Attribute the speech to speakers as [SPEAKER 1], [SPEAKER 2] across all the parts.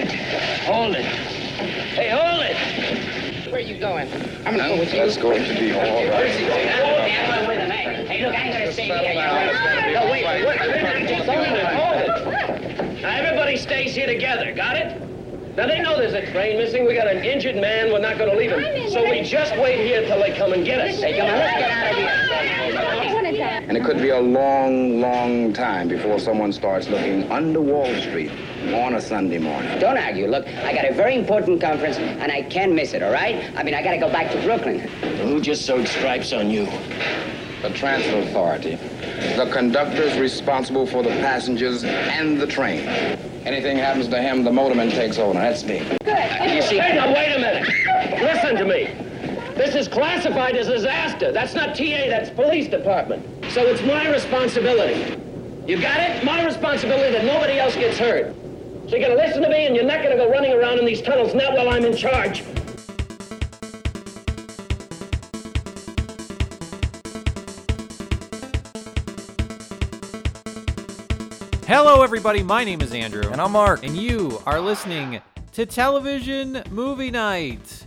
[SPEAKER 1] Hold it. Hey, hold it. Where are you going? I'm
[SPEAKER 2] Now, that's going to be all right.
[SPEAKER 1] Hey, look, I ain't gonna stay here. you know. No, wait, wait, wait, I'm just hold it. Now, everybody stays here together, got it? Now, they know there's a train missing. We got an injured man. We're not gonna leave him. So we just wait here till they come and get us. Hey, come on, let's get out of here.
[SPEAKER 2] And it could be a long, long time before someone starts looking under Wall Street on a Sunday morning.
[SPEAKER 3] Don't argue. Look, I got a very important conference, and I can't miss it, all right? I mean, I gotta go back to Brooklyn.
[SPEAKER 1] Who just sewed stripes on you?
[SPEAKER 2] The transfer authority. The conductor's responsible for the passengers and the train. Anything happens to him, the motorman takes over. That's me.
[SPEAKER 1] Hey, now, wait a minute. Listen to me. This is classified as disaster. That's not TA, that's police department. So it's my responsibility. You got it? My responsibility that nobody else gets hurt. So you're gonna listen to me and you're not gonna go running around in these tunnels, not while I'm in charge.
[SPEAKER 4] Hello, everybody. My name is Andrew.
[SPEAKER 5] And I'm Mark.
[SPEAKER 4] And you are listening to Television Movie Night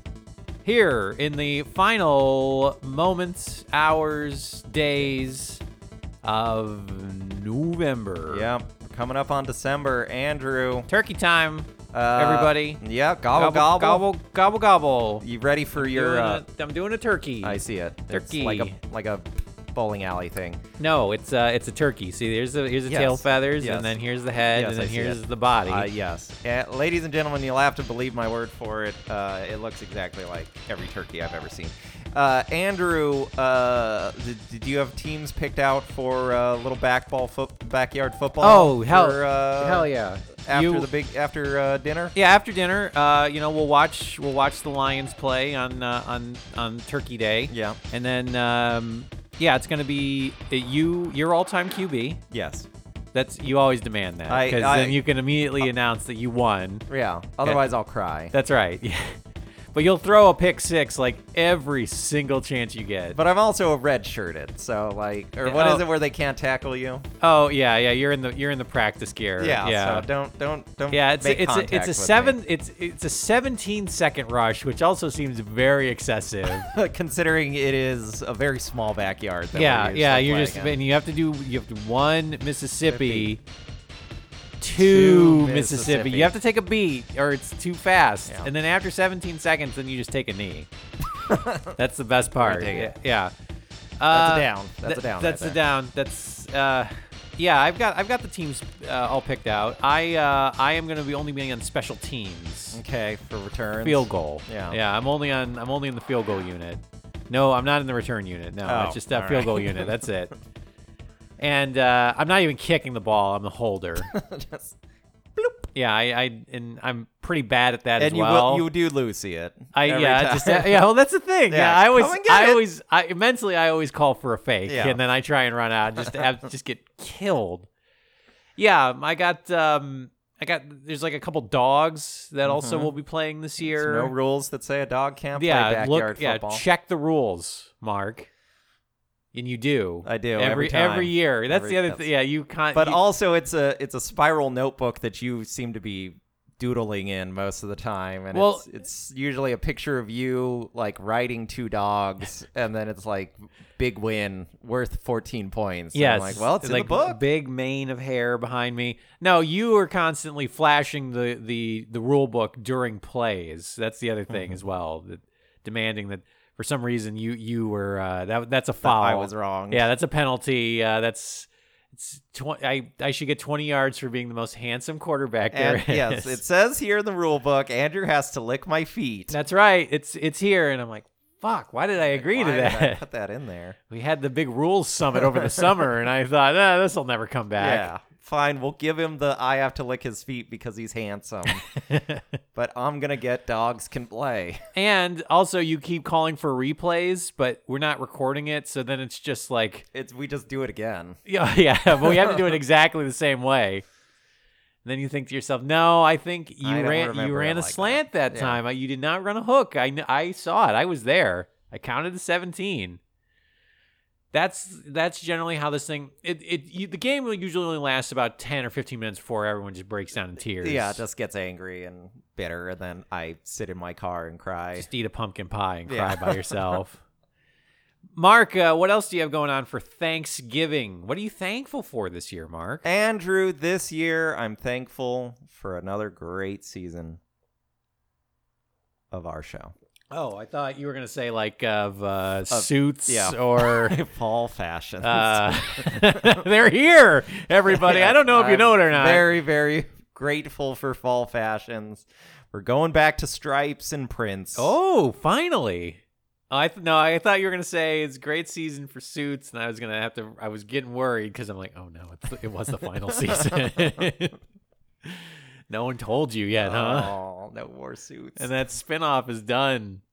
[SPEAKER 4] here in the final moments, hours, days of November.
[SPEAKER 5] Yeah, we're coming up on December, Andrew.
[SPEAKER 4] Turkey time,
[SPEAKER 5] Uh,
[SPEAKER 4] everybody.
[SPEAKER 5] Yeah, gobble gobble.
[SPEAKER 4] Gobble, gobble, gobble.
[SPEAKER 5] You ready for your?
[SPEAKER 4] Doing
[SPEAKER 5] Uh,
[SPEAKER 4] a- I'm doing a turkey.
[SPEAKER 5] I see it.
[SPEAKER 4] Turkey.
[SPEAKER 5] It's like a like a bowling alley thing.
[SPEAKER 4] No, it's uh, it's a turkey. See, here's the here's the
[SPEAKER 5] Yes.
[SPEAKER 4] tail feathers,
[SPEAKER 5] Yes.
[SPEAKER 4] and then here's the head,
[SPEAKER 5] Yes,
[SPEAKER 4] and
[SPEAKER 5] I
[SPEAKER 4] then
[SPEAKER 5] see
[SPEAKER 4] here's
[SPEAKER 5] it.
[SPEAKER 4] the body.
[SPEAKER 5] Uh, yes. Uh, ladies and gentlemen, you'll have to believe my word for it. Uh, it looks exactly like every turkey I've ever seen. Uh, Andrew, uh, did, did you have teams picked out for uh, little backball foot backyard football?
[SPEAKER 4] Oh hell,
[SPEAKER 5] for, uh,
[SPEAKER 4] hell yeah!
[SPEAKER 5] After
[SPEAKER 4] You-
[SPEAKER 5] the big after uh, dinner.
[SPEAKER 4] Yeah, after dinner, uh, you know, we'll watch we'll watch the Lions play on uh, on on Turkey Day.
[SPEAKER 5] Yeah.
[SPEAKER 4] and then um, yeah, it's gonna be uh, you your all time QB.
[SPEAKER 5] Yes.
[SPEAKER 4] That's you always demand that
[SPEAKER 5] I-
[SPEAKER 4] because
[SPEAKER 5] I-
[SPEAKER 4] then you can immediately announce that you won.
[SPEAKER 5] Yeah. Otherwise, I'll cry.
[SPEAKER 4] That's right. Yeah. But you'll throw a pick six like every single chance you get.
[SPEAKER 5] But I'm also red shirted, so like, or what is
[SPEAKER 4] Oh.
[SPEAKER 5] it where they can't tackle you?
[SPEAKER 4] oh yeah, yeah. You're in the you're in the practice gear.
[SPEAKER 5] Yeah,
[SPEAKER 4] yeah.
[SPEAKER 5] So don't don't don't.
[SPEAKER 4] yeah, it's
[SPEAKER 5] make
[SPEAKER 4] a, it's a,
[SPEAKER 5] contact
[SPEAKER 4] it's a
[SPEAKER 5] with
[SPEAKER 4] seven it's it's a 17 second rush, which also seems very excessive.
[SPEAKER 5] me. considering it is a very small backyard. That
[SPEAKER 4] yeah,
[SPEAKER 5] we're
[SPEAKER 4] yeah.
[SPEAKER 5] usually
[SPEAKER 4] You're just
[SPEAKER 5] playing in.
[SPEAKER 4] and you have to do you have to one Mississippi, two
[SPEAKER 5] Two
[SPEAKER 4] Mississippi.
[SPEAKER 5] Mississippi.
[SPEAKER 4] You have to take a beat or it's too fast.
[SPEAKER 5] Yeah.
[SPEAKER 4] And then after 17 seconds, then you just take a knee. that's the best part.
[SPEAKER 5] dig
[SPEAKER 4] Yeah.
[SPEAKER 5] it.
[SPEAKER 4] yeah.
[SPEAKER 5] That's
[SPEAKER 4] Uh,
[SPEAKER 5] a down. That's a down.
[SPEAKER 4] That's
[SPEAKER 5] right
[SPEAKER 4] a
[SPEAKER 5] there.
[SPEAKER 4] down. That's uh, yeah. I've got I've got the teams uh, all picked out. I uh, I am going to be only being on special teams.
[SPEAKER 5] Okay, for returns.
[SPEAKER 4] Field goal.
[SPEAKER 5] Yeah.
[SPEAKER 4] Yeah. I'm only on. I'm only in the field goal unit. No, I'm not in the return unit. No,
[SPEAKER 5] Oh,
[SPEAKER 4] it's just that
[SPEAKER 5] all
[SPEAKER 4] field
[SPEAKER 5] right.
[SPEAKER 4] goal unit. That's it. And uh, I'm not even kicking the ball. I'm the holder.
[SPEAKER 5] Just-
[SPEAKER 4] yeah. I, I and I'm pretty bad at that as
[SPEAKER 5] and you
[SPEAKER 4] well.
[SPEAKER 5] will, you do lose see it.
[SPEAKER 4] I
[SPEAKER 5] every
[SPEAKER 4] yeah,
[SPEAKER 5] time.
[SPEAKER 4] just yeah. Well, that's the thing. Yeah,
[SPEAKER 5] Yeah,
[SPEAKER 4] I always
[SPEAKER 5] come and get
[SPEAKER 4] I
[SPEAKER 5] it.
[SPEAKER 4] always I mentally I always call for a fake,
[SPEAKER 5] Yeah.
[SPEAKER 4] and then I try and run out, and just have, just get killed. Yeah, I got um I got there's like a couple dogs that also will be playing this
[SPEAKER 5] There's
[SPEAKER 4] year.
[SPEAKER 5] Mm-hmm. no rules that say a dog can't play
[SPEAKER 4] yeah,
[SPEAKER 5] backyard
[SPEAKER 4] look, yeah,
[SPEAKER 5] football.
[SPEAKER 4] check the rules, Mark. And you do.
[SPEAKER 5] I do,
[SPEAKER 4] every
[SPEAKER 5] every time.
[SPEAKER 4] year. That's
[SPEAKER 5] Every-
[SPEAKER 4] the other
[SPEAKER 5] that's-
[SPEAKER 4] thing. Yeah, you can't.
[SPEAKER 5] but
[SPEAKER 4] you-
[SPEAKER 5] also, it's a it's a spiral notebook that you seem to be doodling in most of the time, and
[SPEAKER 4] Well-
[SPEAKER 5] it's, it's usually a picture of you like riding two dogs, and then it's like big win worth fourteen points. And
[SPEAKER 4] Yes.
[SPEAKER 5] I'm like well, it's
[SPEAKER 4] like
[SPEAKER 5] in the book.
[SPEAKER 4] Big mane of hair behind me. No, you were constantly flashing the the the rule book during plays. That's the other
[SPEAKER 5] Mm-hmm.
[SPEAKER 4] thing as well, that demanding that for some reason you you were uh, that that's a foul.
[SPEAKER 5] I was wrong.
[SPEAKER 4] Yeah, that's a penalty. Uh, that's it's tw- I I should get twenty yards for being the most handsome quarterback there
[SPEAKER 5] And yes,
[SPEAKER 4] is.
[SPEAKER 5] it says here in the rule book, Andrew has to lick my feet.
[SPEAKER 4] that's right. It's it's here, and I'm like, fuck. Why did I agree to
[SPEAKER 5] Why did
[SPEAKER 4] that?
[SPEAKER 5] I put that in there.
[SPEAKER 4] we had the big rules summit over the summer, and I thought, ah, this will never come back.
[SPEAKER 5] Yeah. Fine, we'll give him the I have to lick his feet because he's handsome. but I'm gonna get dogs can play.
[SPEAKER 4] And also, you keep calling for replays, but we're not recording it. So then it's just like,
[SPEAKER 5] It's we just do it again.
[SPEAKER 4] yeah, yeah, but we have to do it exactly the same way. And then you think to yourself, no, I think you
[SPEAKER 5] I don't
[SPEAKER 4] ran you
[SPEAKER 5] remember it
[SPEAKER 4] ran a
[SPEAKER 5] like
[SPEAKER 4] slant that,
[SPEAKER 5] Yeah.
[SPEAKER 4] time. I- You did not run a hook. I, kn- I saw it. I was there. I counted to 17. that's that's generally how this thing. It, it you, the game usually only lasts about ten or fifteen minutes before everyone just breaks down in tears.
[SPEAKER 5] Yeah, just gets angry and bitter, and then I sit in my car and cry.
[SPEAKER 4] just eat a pumpkin pie and cry
[SPEAKER 5] Yeah.
[SPEAKER 4] by yourself. Mark, uh, what else do you have going on for Thanksgiving? What are you thankful for this year, Mark?
[SPEAKER 5] Andrew, this year I'm thankful for another great season of our show.
[SPEAKER 4] Oh, I thought you were gonna say like of uh, suits
[SPEAKER 5] yeah.
[SPEAKER 4] or
[SPEAKER 5] Fall fashion.
[SPEAKER 4] uh, they're here, everybody. I don't know if you
[SPEAKER 5] I'm
[SPEAKER 4] know it or not.
[SPEAKER 5] Very, very grateful for fall fashions. We're going back to stripes and prints.
[SPEAKER 4] Oh, finally. Oh, I th- no, I thought you were gonna say it's a great season for suits, and I was gonna have to. I was getting worried because I'm like, oh no, it's, it was the final season. no one told you yet, huh?
[SPEAKER 5] Oh, no more suits.
[SPEAKER 4] And that spinoff is done.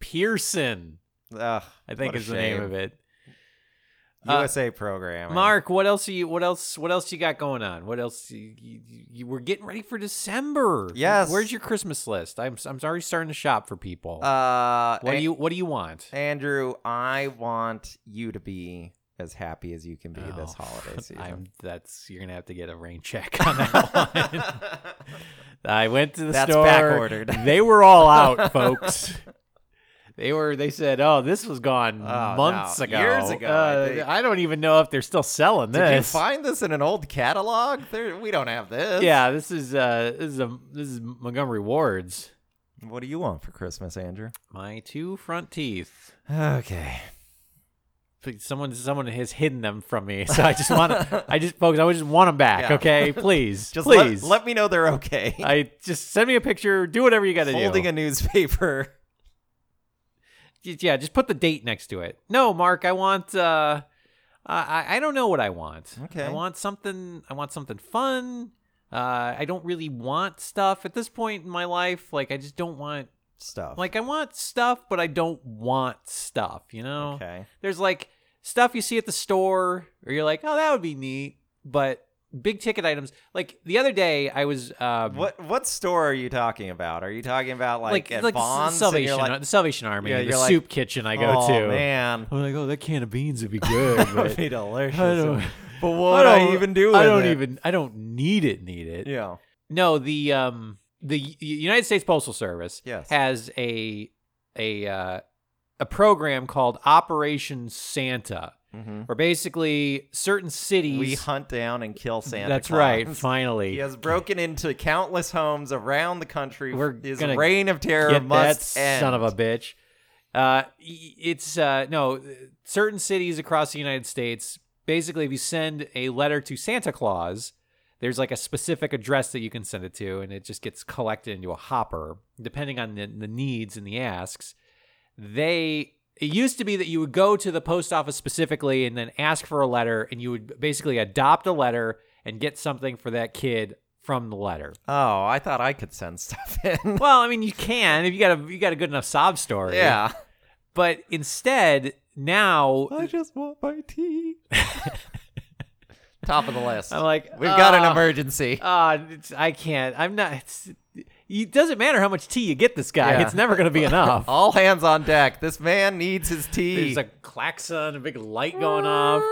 [SPEAKER 4] Pearson,
[SPEAKER 5] Ugh,
[SPEAKER 4] I think
[SPEAKER 5] what a
[SPEAKER 4] is the name
[SPEAKER 5] shame.
[SPEAKER 4] of it. Uh,
[SPEAKER 5] USA program.
[SPEAKER 4] Mark, what else are you? What else? What else you got going on? What else? You, you, you- we're getting ready for December.
[SPEAKER 5] Yes.
[SPEAKER 4] Where's your Christmas list? I'm I'm already starting to shop for people.
[SPEAKER 5] Uh,
[SPEAKER 4] what
[SPEAKER 5] An-
[SPEAKER 4] do you What do you want?
[SPEAKER 5] Andrew? I want you to be as happy as you can be this
[SPEAKER 4] Oh,
[SPEAKER 5] holiday season.
[SPEAKER 4] I'm, that's you're gonna have to get a rain check on that one. I went to the
[SPEAKER 5] That's
[SPEAKER 4] store.
[SPEAKER 5] backordered.
[SPEAKER 4] They were all out, folks. They were. They said, "Oh, this was gone
[SPEAKER 5] Oh,
[SPEAKER 4] months
[SPEAKER 5] no.
[SPEAKER 4] ago.
[SPEAKER 5] Years ago, I
[SPEAKER 4] Uh,
[SPEAKER 5] think.
[SPEAKER 4] I, don't even know if they're still selling
[SPEAKER 5] Did you
[SPEAKER 4] this.
[SPEAKER 5] find this in an old catalog? There, we don't have this.
[SPEAKER 4] yeah, this is uh, this is a, this is Montgomery Ward's.
[SPEAKER 5] What do you want for Christmas, Andrew?
[SPEAKER 4] My two front teeth.
[SPEAKER 5] Okay.
[SPEAKER 4] Someone, someone has hidden them from me, so I just want. I just, folks, I just want them back.
[SPEAKER 5] Yeah.
[SPEAKER 4] Okay, please,
[SPEAKER 5] Just let-
[SPEAKER 4] please.
[SPEAKER 5] Let, me know they're okay.
[SPEAKER 4] I just send me a picture. Do whatever you got to do.
[SPEAKER 5] Holding a newspaper.
[SPEAKER 4] Y- yeah just put the date next to it no mark i want uh i i don't know what i want
[SPEAKER 5] Okay.
[SPEAKER 4] i want something i want something fun uh i don't really want stuff at this point in my life like i just don't want
[SPEAKER 5] Stuff.
[SPEAKER 4] like i want stuff but i don't want stuff you know
[SPEAKER 5] okay.
[SPEAKER 4] there's like stuff you see at the store or you're like oh that would be neat but big ticket items like the other day i was um
[SPEAKER 5] What what store are you talking about? Are you talking about like, at
[SPEAKER 4] the
[SPEAKER 5] Bonds? and
[SPEAKER 4] salvation
[SPEAKER 5] you're like,
[SPEAKER 4] the salvation army
[SPEAKER 5] Yeah,
[SPEAKER 4] the
[SPEAKER 5] you're like,
[SPEAKER 4] soup kitchen i go
[SPEAKER 5] oh,
[SPEAKER 4] to
[SPEAKER 5] man.
[SPEAKER 4] I'm like, oh, that can of beans would be good.
[SPEAKER 5] That
[SPEAKER 4] But
[SPEAKER 5] would be delicious.
[SPEAKER 4] I don't-
[SPEAKER 5] but what do I
[SPEAKER 4] don't-
[SPEAKER 5] even do?
[SPEAKER 4] I
[SPEAKER 5] with
[SPEAKER 4] don't
[SPEAKER 5] it?
[SPEAKER 4] even. I don't need it. Need it.
[SPEAKER 5] Yeah.
[SPEAKER 4] No, the um the U- United States Postal Service
[SPEAKER 5] Yes.
[SPEAKER 4] has a a uh, a program called Operation Santa,
[SPEAKER 5] Mm-hmm.
[SPEAKER 4] where basically certain cities.
[SPEAKER 5] We hunt down and kill Santa.
[SPEAKER 4] that's right.
[SPEAKER 5] Claus.
[SPEAKER 4] Finally,
[SPEAKER 5] He has broken into countless homes around the country.
[SPEAKER 4] We're
[SPEAKER 5] His
[SPEAKER 4] gonna
[SPEAKER 5] reign of terror
[SPEAKER 4] Get
[SPEAKER 5] must
[SPEAKER 4] that
[SPEAKER 5] end.
[SPEAKER 4] son of a bitch. Uh, y- it's uh, no certain cities across the United States. Basically, if you send a letter to Santa Claus, there's like a specific address that you can send it to, and it just gets collected into a hopper, depending on the, the needs and the asks. They it used to be that you would go to the post office specifically and then ask for a letter, and you would basically adopt a letter and get something for that kid from the letter.
[SPEAKER 5] Oh, I thought I could send stuff in.
[SPEAKER 4] Well, I mean, you can if you got a you got a good enough sob story.
[SPEAKER 5] yeah.
[SPEAKER 4] But instead, now
[SPEAKER 5] just want my tea. Top of the list.
[SPEAKER 4] I'm like,
[SPEAKER 5] We've got an
[SPEAKER 4] "Ah,
[SPEAKER 5] emergency.
[SPEAKER 4] ah, it's- I can't. I'm not. It's, it doesn't matter how much tea you get this guy.
[SPEAKER 5] Yeah.
[SPEAKER 4] It's never going to be enough.
[SPEAKER 5] All hands on deck. This man needs his tea.
[SPEAKER 4] There's a klaxon, a big light going off.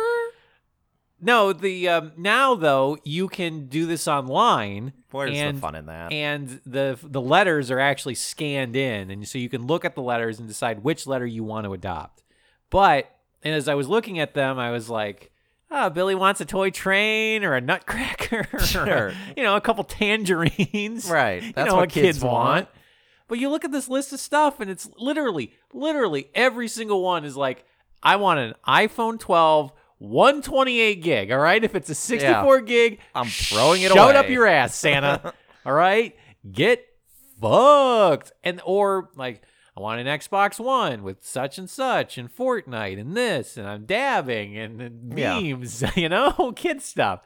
[SPEAKER 4] No, the um, now though you can do this online.
[SPEAKER 5] Where's
[SPEAKER 4] and,
[SPEAKER 5] the fun in that?
[SPEAKER 4] And the the letters are actually scanned in, and so you can look at the letters and decide which letter you want to adopt. But and as I was looking at them, I was like, "Oh, Billy wants a toy train or a nutcracker, or,
[SPEAKER 5] Sure.
[SPEAKER 4] you know, a couple tangerines,
[SPEAKER 5] Right.
[SPEAKER 4] You
[SPEAKER 5] That's
[SPEAKER 4] know
[SPEAKER 5] what
[SPEAKER 4] what kids
[SPEAKER 5] kids want.
[SPEAKER 4] want." But you look at this list of stuff, and it's literally, literally every single one is like, "I want an iPhone 12." 128 gig, all right? If it's a 64 gig,
[SPEAKER 5] I'm throwing it
[SPEAKER 4] Shut up
[SPEAKER 5] away.
[SPEAKER 4] your your ass, Santa. All right, get fucked. And or like, I want an Xbox One with such and such, and Fortnite, and this, and I'm dabbing, and, and
[SPEAKER 5] Yeah.
[SPEAKER 4] memes, you know, kid stuff.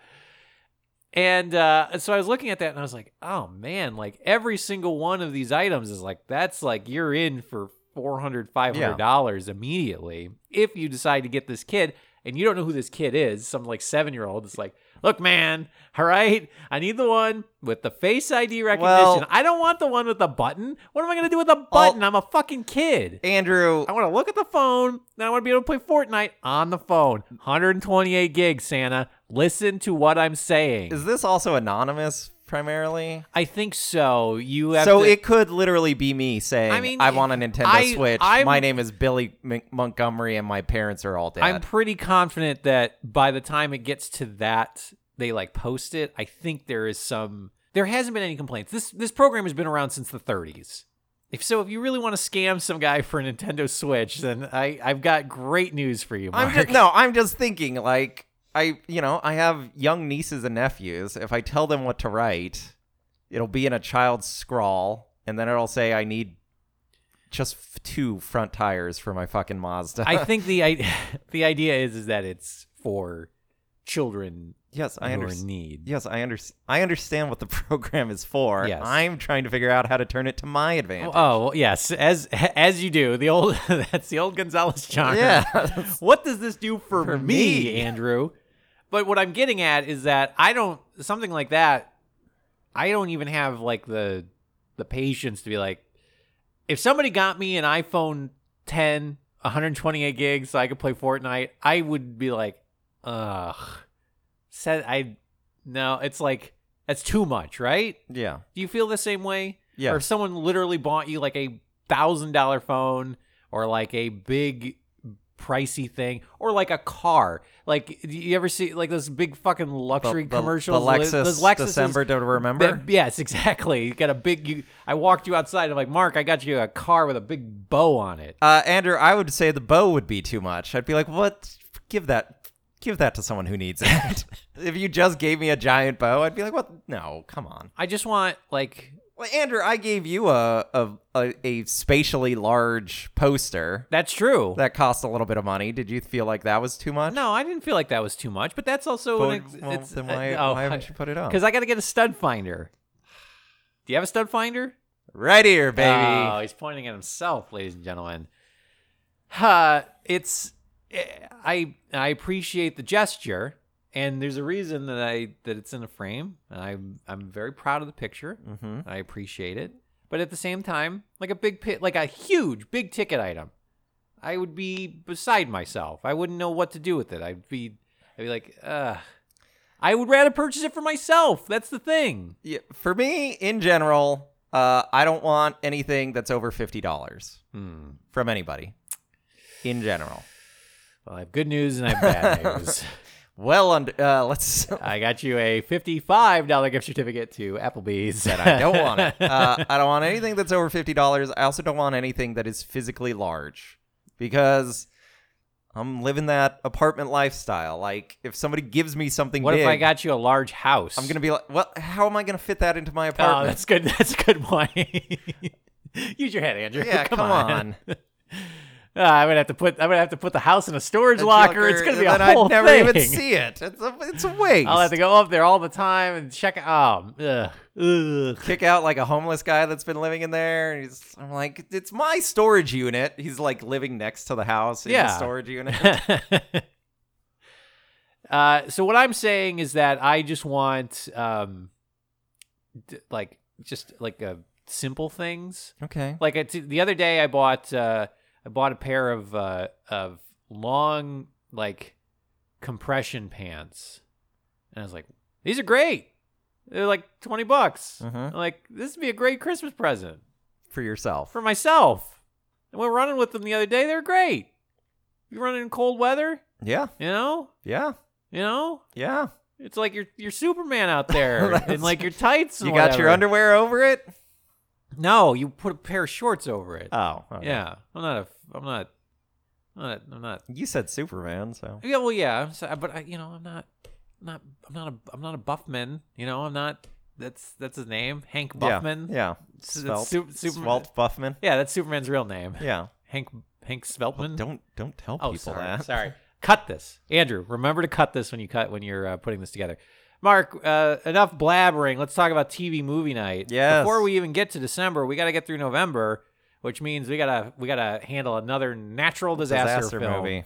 [SPEAKER 4] And uh, so I was looking at that, and I was like, oh man, like every single one of these items is like that's like you're in for. 400 500 dollars immediately if you decide to get this kid and you don't know who this kid is some like seven year old it's like Look, man, all right, I need the one with the face ID recognition.
[SPEAKER 5] Well-
[SPEAKER 4] I don't want the one with the button. What am I going to do with a button? I'm a fucking kid.
[SPEAKER 5] Andrew,
[SPEAKER 4] I want to look at the phone, and I want to be able to play Fortnite on the phone. 128 gigs, Santa. Listen to what I'm saying.
[SPEAKER 5] is this also anonymous primarily?
[SPEAKER 4] I think so. You have
[SPEAKER 5] So
[SPEAKER 4] to-
[SPEAKER 5] it could literally be me saying,
[SPEAKER 4] I
[SPEAKER 5] "I,
[SPEAKER 4] mean,
[SPEAKER 5] want a Nintendo
[SPEAKER 4] I-
[SPEAKER 5] Switch.
[SPEAKER 4] I'm-
[SPEAKER 5] my name is Billy Mon- Montgomery, and my parents are all dead."
[SPEAKER 4] I'm pretty confident that by the time it gets to that, they like post it. I think there is some. There hasn't been any complaints. This this program has been around since the 30s. If so, if you really want to scam some guy for a Nintendo Switch, then I I've got great news for you, Mark.
[SPEAKER 5] I'm just no. I'm just thinking like I, you know, I have young nieces and nephews. If I tell them what to write, it'll be in a child's scrawl, and then it'll say, "I need just f- two front tires for my fucking Mazda."
[SPEAKER 4] I think the I, the idea is is that it's for children
[SPEAKER 5] yes, I
[SPEAKER 4] who are
[SPEAKER 5] understand.
[SPEAKER 4] in need.
[SPEAKER 5] Yes, I understand. I understand what the program is for.
[SPEAKER 4] Yes.
[SPEAKER 5] I'm trying to figure out how to turn it to my advantage.
[SPEAKER 4] Oh well, yes, as as you do. The old that's the old Gonzalez charm.
[SPEAKER 5] Yeah.
[SPEAKER 4] uh, what does this do for,
[SPEAKER 5] For
[SPEAKER 4] me,
[SPEAKER 5] me.
[SPEAKER 4] Andrew? But what I'm getting at is that I don't something like that. I don't even have like the the patience to be like, if somebody got me an iPhone 10, 128 gigs, so I could play Fortnite, I would be like, ugh. Said I, no, it's like that's too much, right?
[SPEAKER 5] yeah.
[SPEAKER 4] Do you feel the same way?
[SPEAKER 5] Yeah.
[SPEAKER 4] Or if someone literally bought you like a thousand dollar phone or like a big pricey thing or like a car. Like do you ever see like those big fucking luxury commercials?
[SPEAKER 5] The Lexus,
[SPEAKER 4] those Lexuses-
[SPEAKER 5] December to remember.
[SPEAKER 4] Be- yes, exactly. You got a big you I walked you outside, I'm like, Mark, I got you a car with a big bow on it.
[SPEAKER 5] Uh, Andrew, I would say the bow would be too much. I'd be like, what? Give that, give that to someone who needs it. if you just gave me a giant bow, I'd be like, what? No, come on.
[SPEAKER 4] I just want like
[SPEAKER 5] Well, Andrew, I gave you a a, a, a spatially large poster
[SPEAKER 4] that's true.
[SPEAKER 5] that cost a little bit of money. Did you feel like that was too much?
[SPEAKER 4] no, I didn't feel like that was too much, but that's also
[SPEAKER 5] Well,
[SPEAKER 4] an ex-
[SPEAKER 5] well,
[SPEAKER 4] it's,
[SPEAKER 5] then
[SPEAKER 4] uh,
[SPEAKER 5] why,
[SPEAKER 4] oh,
[SPEAKER 5] why haven't you put it up?
[SPEAKER 4] Because I got to get a stud finder. Do you have a stud finder?
[SPEAKER 5] Right here, baby.
[SPEAKER 4] Oh, he's pointing at himself, ladies and gentlemen. Uh, it's eh, I I appreciate the gesture, and there's a reason that I that it's in a frame, and I'm I'm very proud of the picture.
[SPEAKER 5] Mhm.
[SPEAKER 4] I appreciate it, but at the same time, like a big pit, like a huge big ticket item, I would be beside myself. I wouldn't know what to do with it. I'd be I'd be like, ugh. I would rather purchase it for myself. That's the thing.
[SPEAKER 5] Yeah, for me, in general, uh, I don't want anything that's over fifty dollars
[SPEAKER 4] Hmm.
[SPEAKER 5] from anybody. In general,
[SPEAKER 4] Well, I have good news and I have bad news.
[SPEAKER 5] well under. Uh, let's.
[SPEAKER 4] I got you a fifty-five dollar gift certificate to Applebee's.
[SPEAKER 5] that I don't want it. Uh, I don't want anything that's over fifty dollars. I also don't want anything that is physically large because I'm living that apartment lifestyle. Like if somebody gives me something
[SPEAKER 4] What
[SPEAKER 5] big,
[SPEAKER 4] if I got you a large house?
[SPEAKER 5] I'm gonna be like, what? How am I gonna fit that into my
[SPEAKER 4] Oh,
[SPEAKER 5] apartment?
[SPEAKER 4] that's good. That's a good one. Use your head, Andrew.
[SPEAKER 5] yeah,
[SPEAKER 4] come,
[SPEAKER 5] on.
[SPEAKER 4] Uh, I'm gonna have to put. I'm gonna have to put the house in a storage
[SPEAKER 5] A
[SPEAKER 4] locker. It's gonna be a
[SPEAKER 5] and uh, then
[SPEAKER 4] whole
[SPEAKER 5] I'd never
[SPEAKER 4] thing.
[SPEAKER 5] even see it. It's a, it's a waste.
[SPEAKER 4] I'll have to go up there all the time and check. Oh, ugh, ugh.
[SPEAKER 5] kick out like a homeless guy that's been living in there. And he's, I'm like, it's my storage unit. He's like living next to the house in the
[SPEAKER 4] Yeah.
[SPEAKER 5] storage unit.
[SPEAKER 4] uh, so what I'm saying is that I just want, um, d- like, just like uh, simple things.
[SPEAKER 5] okay.
[SPEAKER 4] Like it's, the other day, I bought uh, I bought a pair of uh, of long like compression pants, and I was like, these are great. They're like twenty bucks.
[SPEAKER 5] Mhm.
[SPEAKER 4] I'm like this would be a great Christmas present
[SPEAKER 5] For yourself.
[SPEAKER 4] for myself. And we were running with them the other day. They're great. You running in cold weather,
[SPEAKER 5] yeah.
[SPEAKER 4] you know,
[SPEAKER 5] Yeah.
[SPEAKER 4] you know.
[SPEAKER 5] Yeah.
[SPEAKER 4] It's like you're you're Superman out there in
[SPEAKER 5] That's-
[SPEAKER 4] like your tights. And
[SPEAKER 5] you got
[SPEAKER 4] whatever.
[SPEAKER 5] your underwear over it?
[SPEAKER 4] No, you put a pair of shorts over it.
[SPEAKER 5] Oh. okay.
[SPEAKER 4] Yeah, I'm not a. I'm not. I'm not. I'm not.
[SPEAKER 5] You said Superman, so.
[SPEAKER 4] Yeah, well, yeah. I'm so, but I, you know, I'm not. Not. I'm not a. I'm not a Buffman. You know, I'm not. That's that's his name, Hank Buffman.
[SPEAKER 5] Yeah. yeah.
[SPEAKER 4] S- that's
[SPEAKER 5] Svelte.
[SPEAKER 4] Sup- Superman.
[SPEAKER 5] Svelte Buffman.
[SPEAKER 4] Yeah, that's Superman's real name,
[SPEAKER 5] Yeah.
[SPEAKER 4] Hank Hank Sveltman.
[SPEAKER 5] Don't don't tell
[SPEAKER 4] oh,
[SPEAKER 5] people
[SPEAKER 4] sorry,
[SPEAKER 5] that.
[SPEAKER 4] sorry. Cut this, Andrew. Remember to cut this when you cut when you're uh, putting this together. Mark, uh, enough blabbering. Let's talk about TV movie night.
[SPEAKER 5] Yes.
[SPEAKER 4] Before we even get to December, we got to get through November, which means we gotta we gotta handle another natural disaster,
[SPEAKER 5] Disaster
[SPEAKER 4] film.
[SPEAKER 5] movie.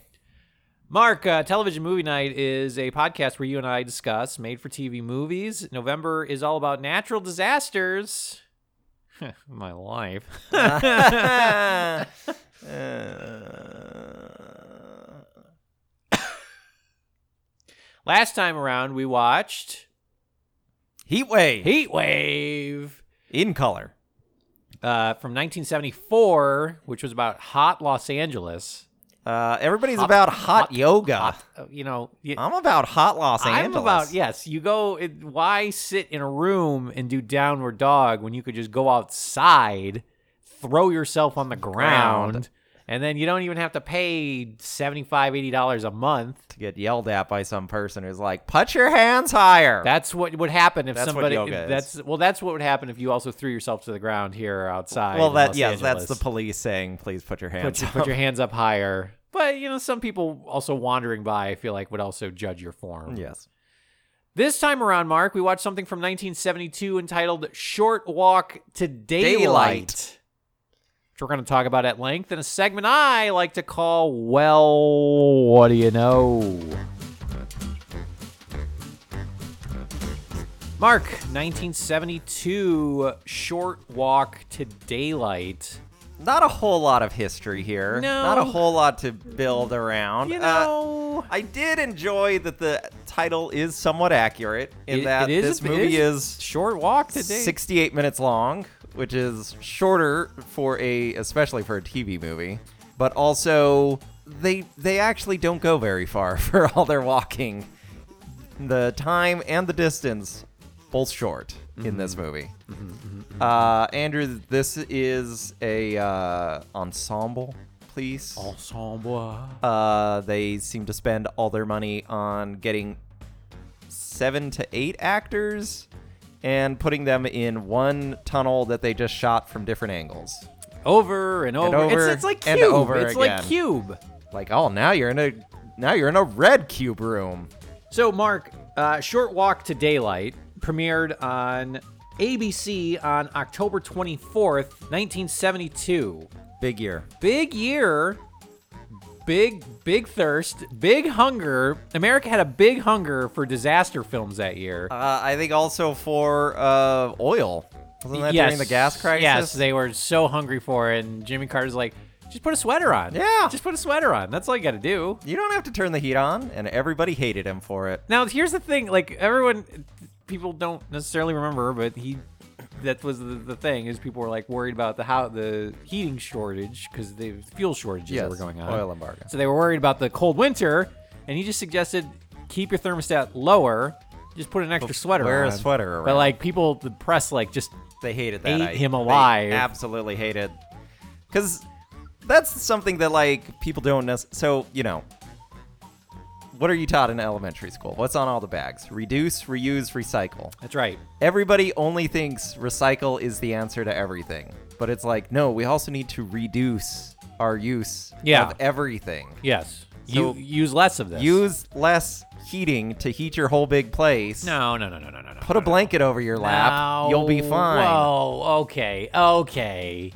[SPEAKER 4] Mark, uh, Television Movie Night is a podcast where you and I discuss made for TV movies. November is all about natural disasters. My life. Ah. Last time around, we watched
[SPEAKER 5] Heat Wave
[SPEAKER 4] Heat Wave.
[SPEAKER 5] in color.
[SPEAKER 4] uh, from 1974, which was about hot Los Angeles.
[SPEAKER 5] Uh, everybody's about hot, yoga.
[SPEAKER 4] Uh, you know, y-
[SPEAKER 5] I'm about hot Los
[SPEAKER 4] I'm
[SPEAKER 5] Angeles.
[SPEAKER 4] about yes. You go. It, why sit in a room and do downward dog when you could just go outside, throw yourself on the ground,
[SPEAKER 5] Ground.
[SPEAKER 4] and then you don't even have to pay 75 80 dollars a month.
[SPEAKER 5] to get yelled at by some person who's like, "Put your hands higher."
[SPEAKER 4] That's what would happen if
[SPEAKER 5] That's what
[SPEAKER 4] somebody.
[SPEAKER 5] yoga is.
[SPEAKER 4] that's well. That's what would happen if you also threw yourself to the ground here outside.
[SPEAKER 5] well,
[SPEAKER 4] in
[SPEAKER 5] that
[SPEAKER 4] Los
[SPEAKER 5] yes, that's the
[SPEAKER 4] Angeles.
[SPEAKER 5] police saying, "Please put your
[SPEAKER 4] put,
[SPEAKER 5] hands."
[SPEAKER 4] your- put your hands up higher. But you know, some people also wandering by, I feel like, would also judge your form.
[SPEAKER 5] up." yes.
[SPEAKER 4] This time around, Mark, we watched something from 1972 entitled "Short Walk to Daylight,",
[SPEAKER 5] Daylight.
[SPEAKER 4] which we're going to talk about at length in a segment I like to call "Well, what do you know." Mark, 1972, Short Walk to Daylight.
[SPEAKER 5] Not a whole lot of history here.
[SPEAKER 4] No.
[SPEAKER 5] Not a whole lot to build around.
[SPEAKER 4] You
[SPEAKER 5] Uh,
[SPEAKER 4] know,
[SPEAKER 5] I did enjoy that the title is somewhat accurate in
[SPEAKER 4] It-
[SPEAKER 5] that
[SPEAKER 4] it is-
[SPEAKER 5] this
[SPEAKER 4] it
[SPEAKER 5] movie
[SPEAKER 4] is
[SPEAKER 5] is
[SPEAKER 4] short walk today.
[SPEAKER 5] 68 minutes long, which is shorter for a especially for a TV movie, but also they they actually don't go very far for all their walking. The time and the distance both short in this
[SPEAKER 4] Mm-hmm.
[SPEAKER 5] movie. Uh, Andrew, this is a uh, ensemble piece.
[SPEAKER 4] Oh, Ensemble.
[SPEAKER 5] Uh, they seem to spend all their money on getting seven to eight actors and putting them in one tunnel that they just shot from different angles.
[SPEAKER 4] Over and over.
[SPEAKER 5] over
[SPEAKER 4] it's, it's like
[SPEAKER 5] and
[SPEAKER 4] cube.
[SPEAKER 5] over
[SPEAKER 4] it's like
[SPEAKER 5] again.
[SPEAKER 4] cube.
[SPEAKER 5] Like, oh, now you're in a now you're in a red cube room.
[SPEAKER 4] So, Mark, uh, Short Walk to Daylight premiered on ABC on October 24th, 1972.
[SPEAKER 5] Big year.
[SPEAKER 4] Big year, big, big thirst, big hunger. America had a big hunger for disaster films that year.
[SPEAKER 5] Uh, I think also for uh, oil. Wasn't that during the gas crisis?
[SPEAKER 4] Yes, they were so hungry for it, and Jimmy Carter's like, just put a sweater on.
[SPEAKER 5] Yeah.
[SPEAKER 4] Just put a sweater on. That's all you got to do.
[SPEAKER 5] you don't have to turn the heat on, and everybody hated him for it.
[SPEAKER 4] Now, here's the thing: like everyone, people don't necessarily remember, but he, that was the, the thing is people were like worried about the how the heating shortage because the fuel shortages that
[SPEAKER 5] Yes,
[SPEAKER 4] were going on,
[SPEAKER 5] oil embargo.
[SPEAKER 4] So they were worried about the cold winter, and he just suggested keep your thermostat lower, just put an extra sweater
[SPEAKER 5] wear a
[SPEAKER 4] on.
[SPEAKER 5] sweater around.
[SPEAKER 4] But like people, the press like just
[SPEAKER 5] They hated that.
[SPEAKER 4] Ate
[SPEAKER 5] I-
[SPEAKER 4] him
[SPEAKER 5] they
[SPEAKER 4] alive.
[SPEAKER 5] absolutely hated. Because that's something that like people don't necessarily. So you know, what are you taught in elementary school? What's on all the bags? Reduce, reuse, recycle.
[SPEAKER 4] that's right.
[SPEAKER 5] Everybody only thinks recycle is the answer to everything, but it's like no. We also need to reduce our use
[SPEAKER 4] Yeah.
[SPEAKER 5] of everything.
[SPEAKER 4] Yes,
[SPEAKER 5] So-
[SPEAKER 4] you use less of this.
[SPEAKER 5] Use less heating to heat your whole big place.
[SPEAKER 4] no, no, no, no, no, no. no.
[SPEAKER 5] Put a blanket over your lap. You'll be
[SPEAKER 4] No.
[SPEAKER 5] fine.
[SPEAKER 4] Whoa, okay, okay.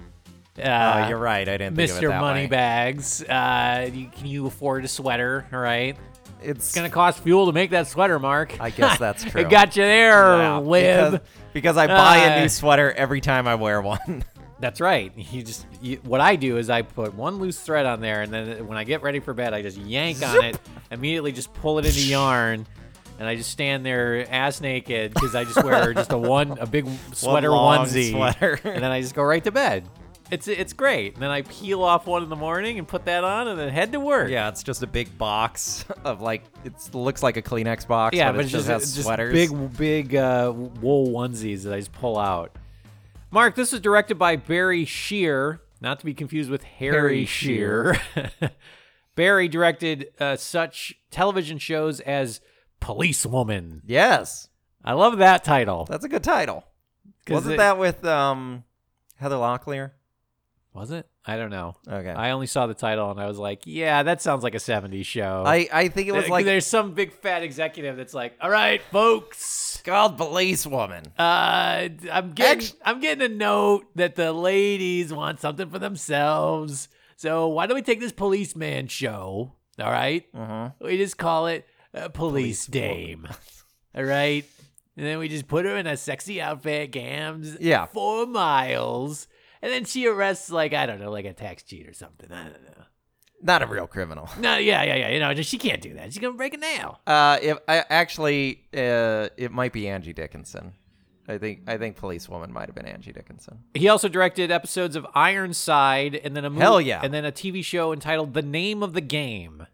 [SPEAKER 4] Uh,
[SPEAKER 5] Oh, you're right. I didn't think of it
[SPEAKER 4] Mr.
[SPEAKER 5] that way.
[SPEAKER 4] Moneybags, uh, you, can you afford a sweater? All right.
[SPEAKER 5] It's
[SPEAKER 4] It's going to cost fuel to make that sweater, Mark.
[SPEAKER 5] I guess that's true.
[SPEAKER 4] it got you there,
[SPEAKER 5] Yeah,
[SPEAKER 4] Lib.
[SPEAKER 5] Because, because I buy a
[SPEAKER 4] Uh,
[SPEAKER 5] new sweater every time I wear one.
[SPEAKER 4] That's right. You just you, what I do is I put one loose thread on there, and then when I get ready for bed, I just yank on it, immediately just pull it into yarn, and I just stand there ass naked because I just wear just a one a big sweater
[SPEAKER 5] long
[SPEAKER 4] onesie,
[SPEAKER 5] sweater.
[SPEAKER 4] and then I just go right to bed. It's it's great. And then I peel off one in the morning and put that on, and then head to work.
[SPEAKER 5] yeah, it's just a big box of like it looks like a Kleenex box.
[SPEAKER 4] yeah,
[SPEAKER 5] but,
[SPEAKER 4] but
[SPEAKER 5] it
[SPEAKER 4] it's
[SPEAKER 5] just
[SPEAKER 4] just,
[SPEAKER 5] has
[SPEAKER 4] it's just
[SPEAKER 5] sweaters.
[SPEAKER 4] big, big uh, wool onesies that I just pull out. Mark, this is directed by Barry Shear, not to be confused with Harry,
[SPEAKER 5] Harry
[SPEAKER 4] Shear. Barry directed uh, such television shows as Policewoman.
[SPEAKER 5] yes,
[SPEAKER 4] I love that title.
[SPEAKER 5] that's a good title.
[SPEAKER 4] 'Cause
[SPEAKER 5] Wasn't
[SPEAKER 4] it-
[SPEAKER 5] that with um Heather Locklear?
[SPEAKER 4] Was it? I don't know.
[SPEAKER 5] Okay.
[SPEAKER 4] I only saw the title and I was like, yeah, that sounds like a 70s show.
[SPEAKER 5] I I think it was
[SPEAKER 4] There-
[SPEAKER 5] like
[SPEAKER 4] there's some big fat executive that's like, all right, folks.
[SPEAKER 5] called Police Woman.
[SPEAKER 4] Uh, I'm getting
[SPEAKER 5] Ex-
[SPEAKER 4] I'm getting a note that the ladies want something for themselves. So why don't we take this policeman show All right?
[SPEAKER 5] Uh-huh.
[SPEAKER 4] We just call it a police, dame. All right? And then we just put her in a sexy outfit, gams,
[SPEAKER 5] Yeah.
[SPEAKER 4] four miles. And then she arrests, like, I don't know, like a tax cheat or something. I don't know.
[SPEAKER 5] Not a real criminal.
[SPEAKER 4] No, yeah, yeah, yeah. You know, she can't do that. She's going to break a nail.
[SPEAKER 5] Uh, if I actually, uh, it might be Angie Dickinson. I think I think Policewoman might have been Angie Dickinson.
[SPEAKER 4] He also directed episodes of Ironside and then a movie,
[SPEAKER 5] Hell yeah.
[SPEAKER 4] and then a TV show entitled The Name of the Game,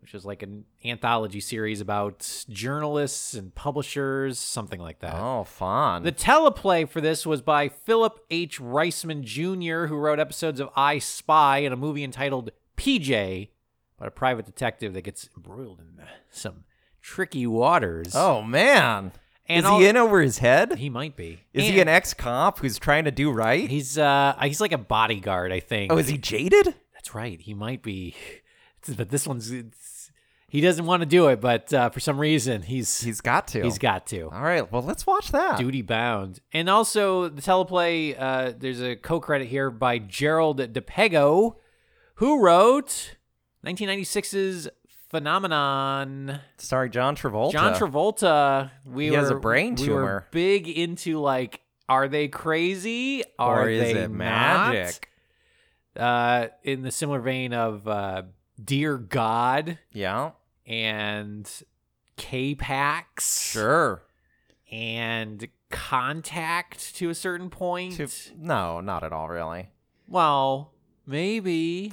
[SPEAKER 4] which was like an anthology series about journalists and publishers, something like that.
[SPEAKER 5] Oh, fun.
[SPEAKER 4] The teleplay for this was by Philip H. Reisman Jr., who wrote episodes of I Spy and a movie entitled PJ, about a private detective that gets embroiled in some tricky waters.
[SPEAKER 5] oh man,
[SPEAKER 4] And
[SPEAKER 5] is
[SPEAKER 4] all-
[SPEAKER 5] he in over his head?
[SPEAKER 4] he might be.
[SPEAKER 5] is he an
[SPEAKER 4] And
[SPEAKER 5] ex cop who's trying to do right?
[SPEAKER 4] He's uh he's like a bodyguard, I think.
[SPEAKER 5] oh, is he jaded?
[SPEAKER 4] That's right. He might be, but this one's it's, he doesn't want to do it, but uh, for some reason he's
[SPEAKER 5] He's got to.
[SPEAKER 4] he's got to.
[SPEAKER 5] All right. Well, let's watch that.
[SPEAKER 4] Duty bound, and also the teleplay. Uh, there's a co-credit here by Gerald DePego, who wrote 1996's Phenomenon.
[SPEAKER 5] Sorry, John Travolta.
[SPEAKER 4] John Travolta. We
[SPEAKER 5] He
[SPEAKER 4] were,
[SPEAKER 5] has a brain
[SPEAKER 4] we were
[SPEAKER 5] tumor.
[SPEAKER 4] big into like, are they crazy? Are
[SPEAKER 5] Or is
[SPEAKER 4] they
[SPEAKER 5] it
[SPEAKER 4] not?
[SPEAKER 5] magic?
[SPEAKER 4] Uh, in the similar vein of uh, Dear God
[SPEAKER 5] Yeah.
[SPEAKER 4] and K Pax,
[SPEAKER 5] Sure.
[SPEAKER 4] and Contact to a certain point.
[SPEAKER 5] To- no, not at all, really.
[SPEAKER 4] Well, maybe.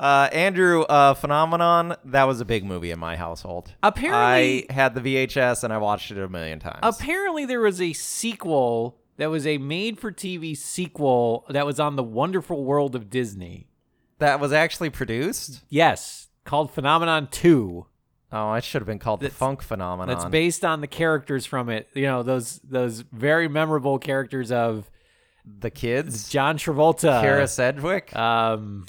[SPEAKER 5] Uh, Andrew, uh, Phenomenon, that was a big movie in my household.
[SPEAKER 4] Apparently-
[SPEAKER 5] I had the VHS and I watched it a million times.
[SPEAKER 4] Apparently, there was a sequel that was a made-for-TV sequel that was on the Wonderful World of Disney.
[SPEAKER 5] that was actually produced?
[SPEAKER 4] Yes, called Phenomenon 2.
[SPEAKER 5] Oh, it should have been called The
[SPEAKER 4] That's-
[SPEAKER 5] Funk Phenomenon.
[SPEAKER 4] That's based on the characters from it. You know, those those very memorable characters of
[SPEAKER 5] the Kids?
[SPEAKER 4] John Travolta.
[SPEAKER 5] Kara Sedgwick?
[SPEAKER 4] Um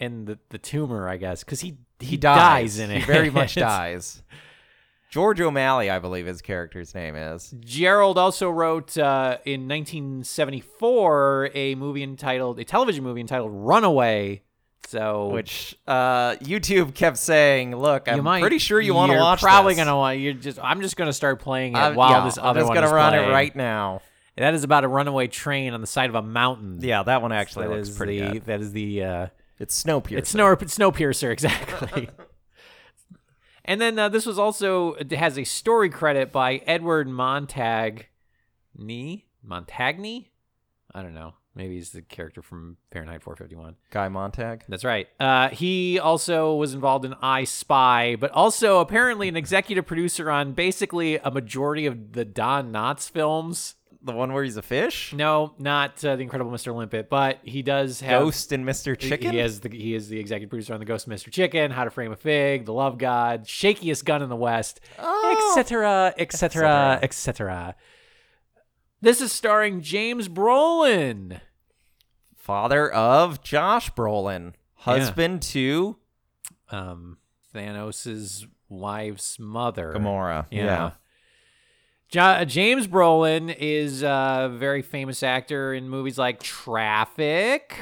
[SPEAKER 4] and the the tumor, I guess, cuz he, he
[SPEAKER 5] he
[SPEAKER 4] dies. in it.
[SPEAKER 5] He very much
[SPEAKER 4] It's-
[SPEAKER 5] dies. George O'Malley, I believe his character's name is.
[SPEAKER 4] Gerald also wrote uh, in 1974 a movie entitled a television movie entitled Runaway. So
[SPEAKER 5] Which uh, YouTube kept saying, look, I'm
[SPEAKER 4] you might,
[SPEAKER 5] pretty sure you want to
[SPEAKER 4] you're
[SPEAKER 5] watch
[SPEAKER 4] Probably
[SPEAKER 5] this.
[SPEAKER 4] gonna want. You're just. I'm just gonna start playing it
[SPEAKER 5] I'm-
[SPEAKER 4] while
[SPEAKER 5] yeah,
[SPEAKER 4] this
[SPEAKER 5] I'm
[SPEAKER 4] other
[SPEAKER 5] just
[SPEAKER 4] one
[SPEAKER 5] gonna
[SPEAKER 4] is
[SPEAKER 5] run
[SPEAKER 4] playing.
[SPEAKER 5] it right now.
[SPEAKER 4] That is about a runaway train on the side of a mountain.
[SPEAKER 5] Yeah, that one actually
[SPEAKER 4] That
[SPEAKER 5] looks
[SPEAKER 4] is
[SPEAKER 5] pretty
[SPEAKER 4] the,
[SPEAKER 5] good.
[SPEAKER 4] That is the uh,
[SPEAKER 5] It's Snowpiercer.
[SPEAKER 4] it's snow it's Snowpiercer exactly. and then uh, this was also it has a story credit by Edward Montag, Nee Montagny. I don't know. Maybe he's the character from Fahrenheit 451.
[SPEAKER 5] Guy Montag.
[SPEAKER 4] That's right. Uh, he also was involved in I Spy, but also apparently an executive producer on basically a majority of the Don Knotts films.
[SPEAKER 5] The one where he's a fish?
[SPEAKER 4] No, not uh, the Incredible Mr. Limpet, but he does have
[SPEAKER 5] Ghost and Mr.
[SPEAKER 4] he-
[SPEAKER 5] Chicken?
[SPEAKER 4] He is the he is the executive producer on the Ghost of Mr. Chicken, How to Frame a Fig, The Love God, Shakiest Gun in the West,
[SPEAKER 5] Oh.
[SPEAKER 4] etc., etc., etc. This is starring James Brolin.
[SPEAKER 5] Father of Josh Brolin. Husband to
[SPEAKER 4] um, Thanos' wife's mother.
[SPEAKER 5] Gamora.
[SPEAKER 4] Yeah. Ja- James Brolin is a very famous actor in movies like Traffic,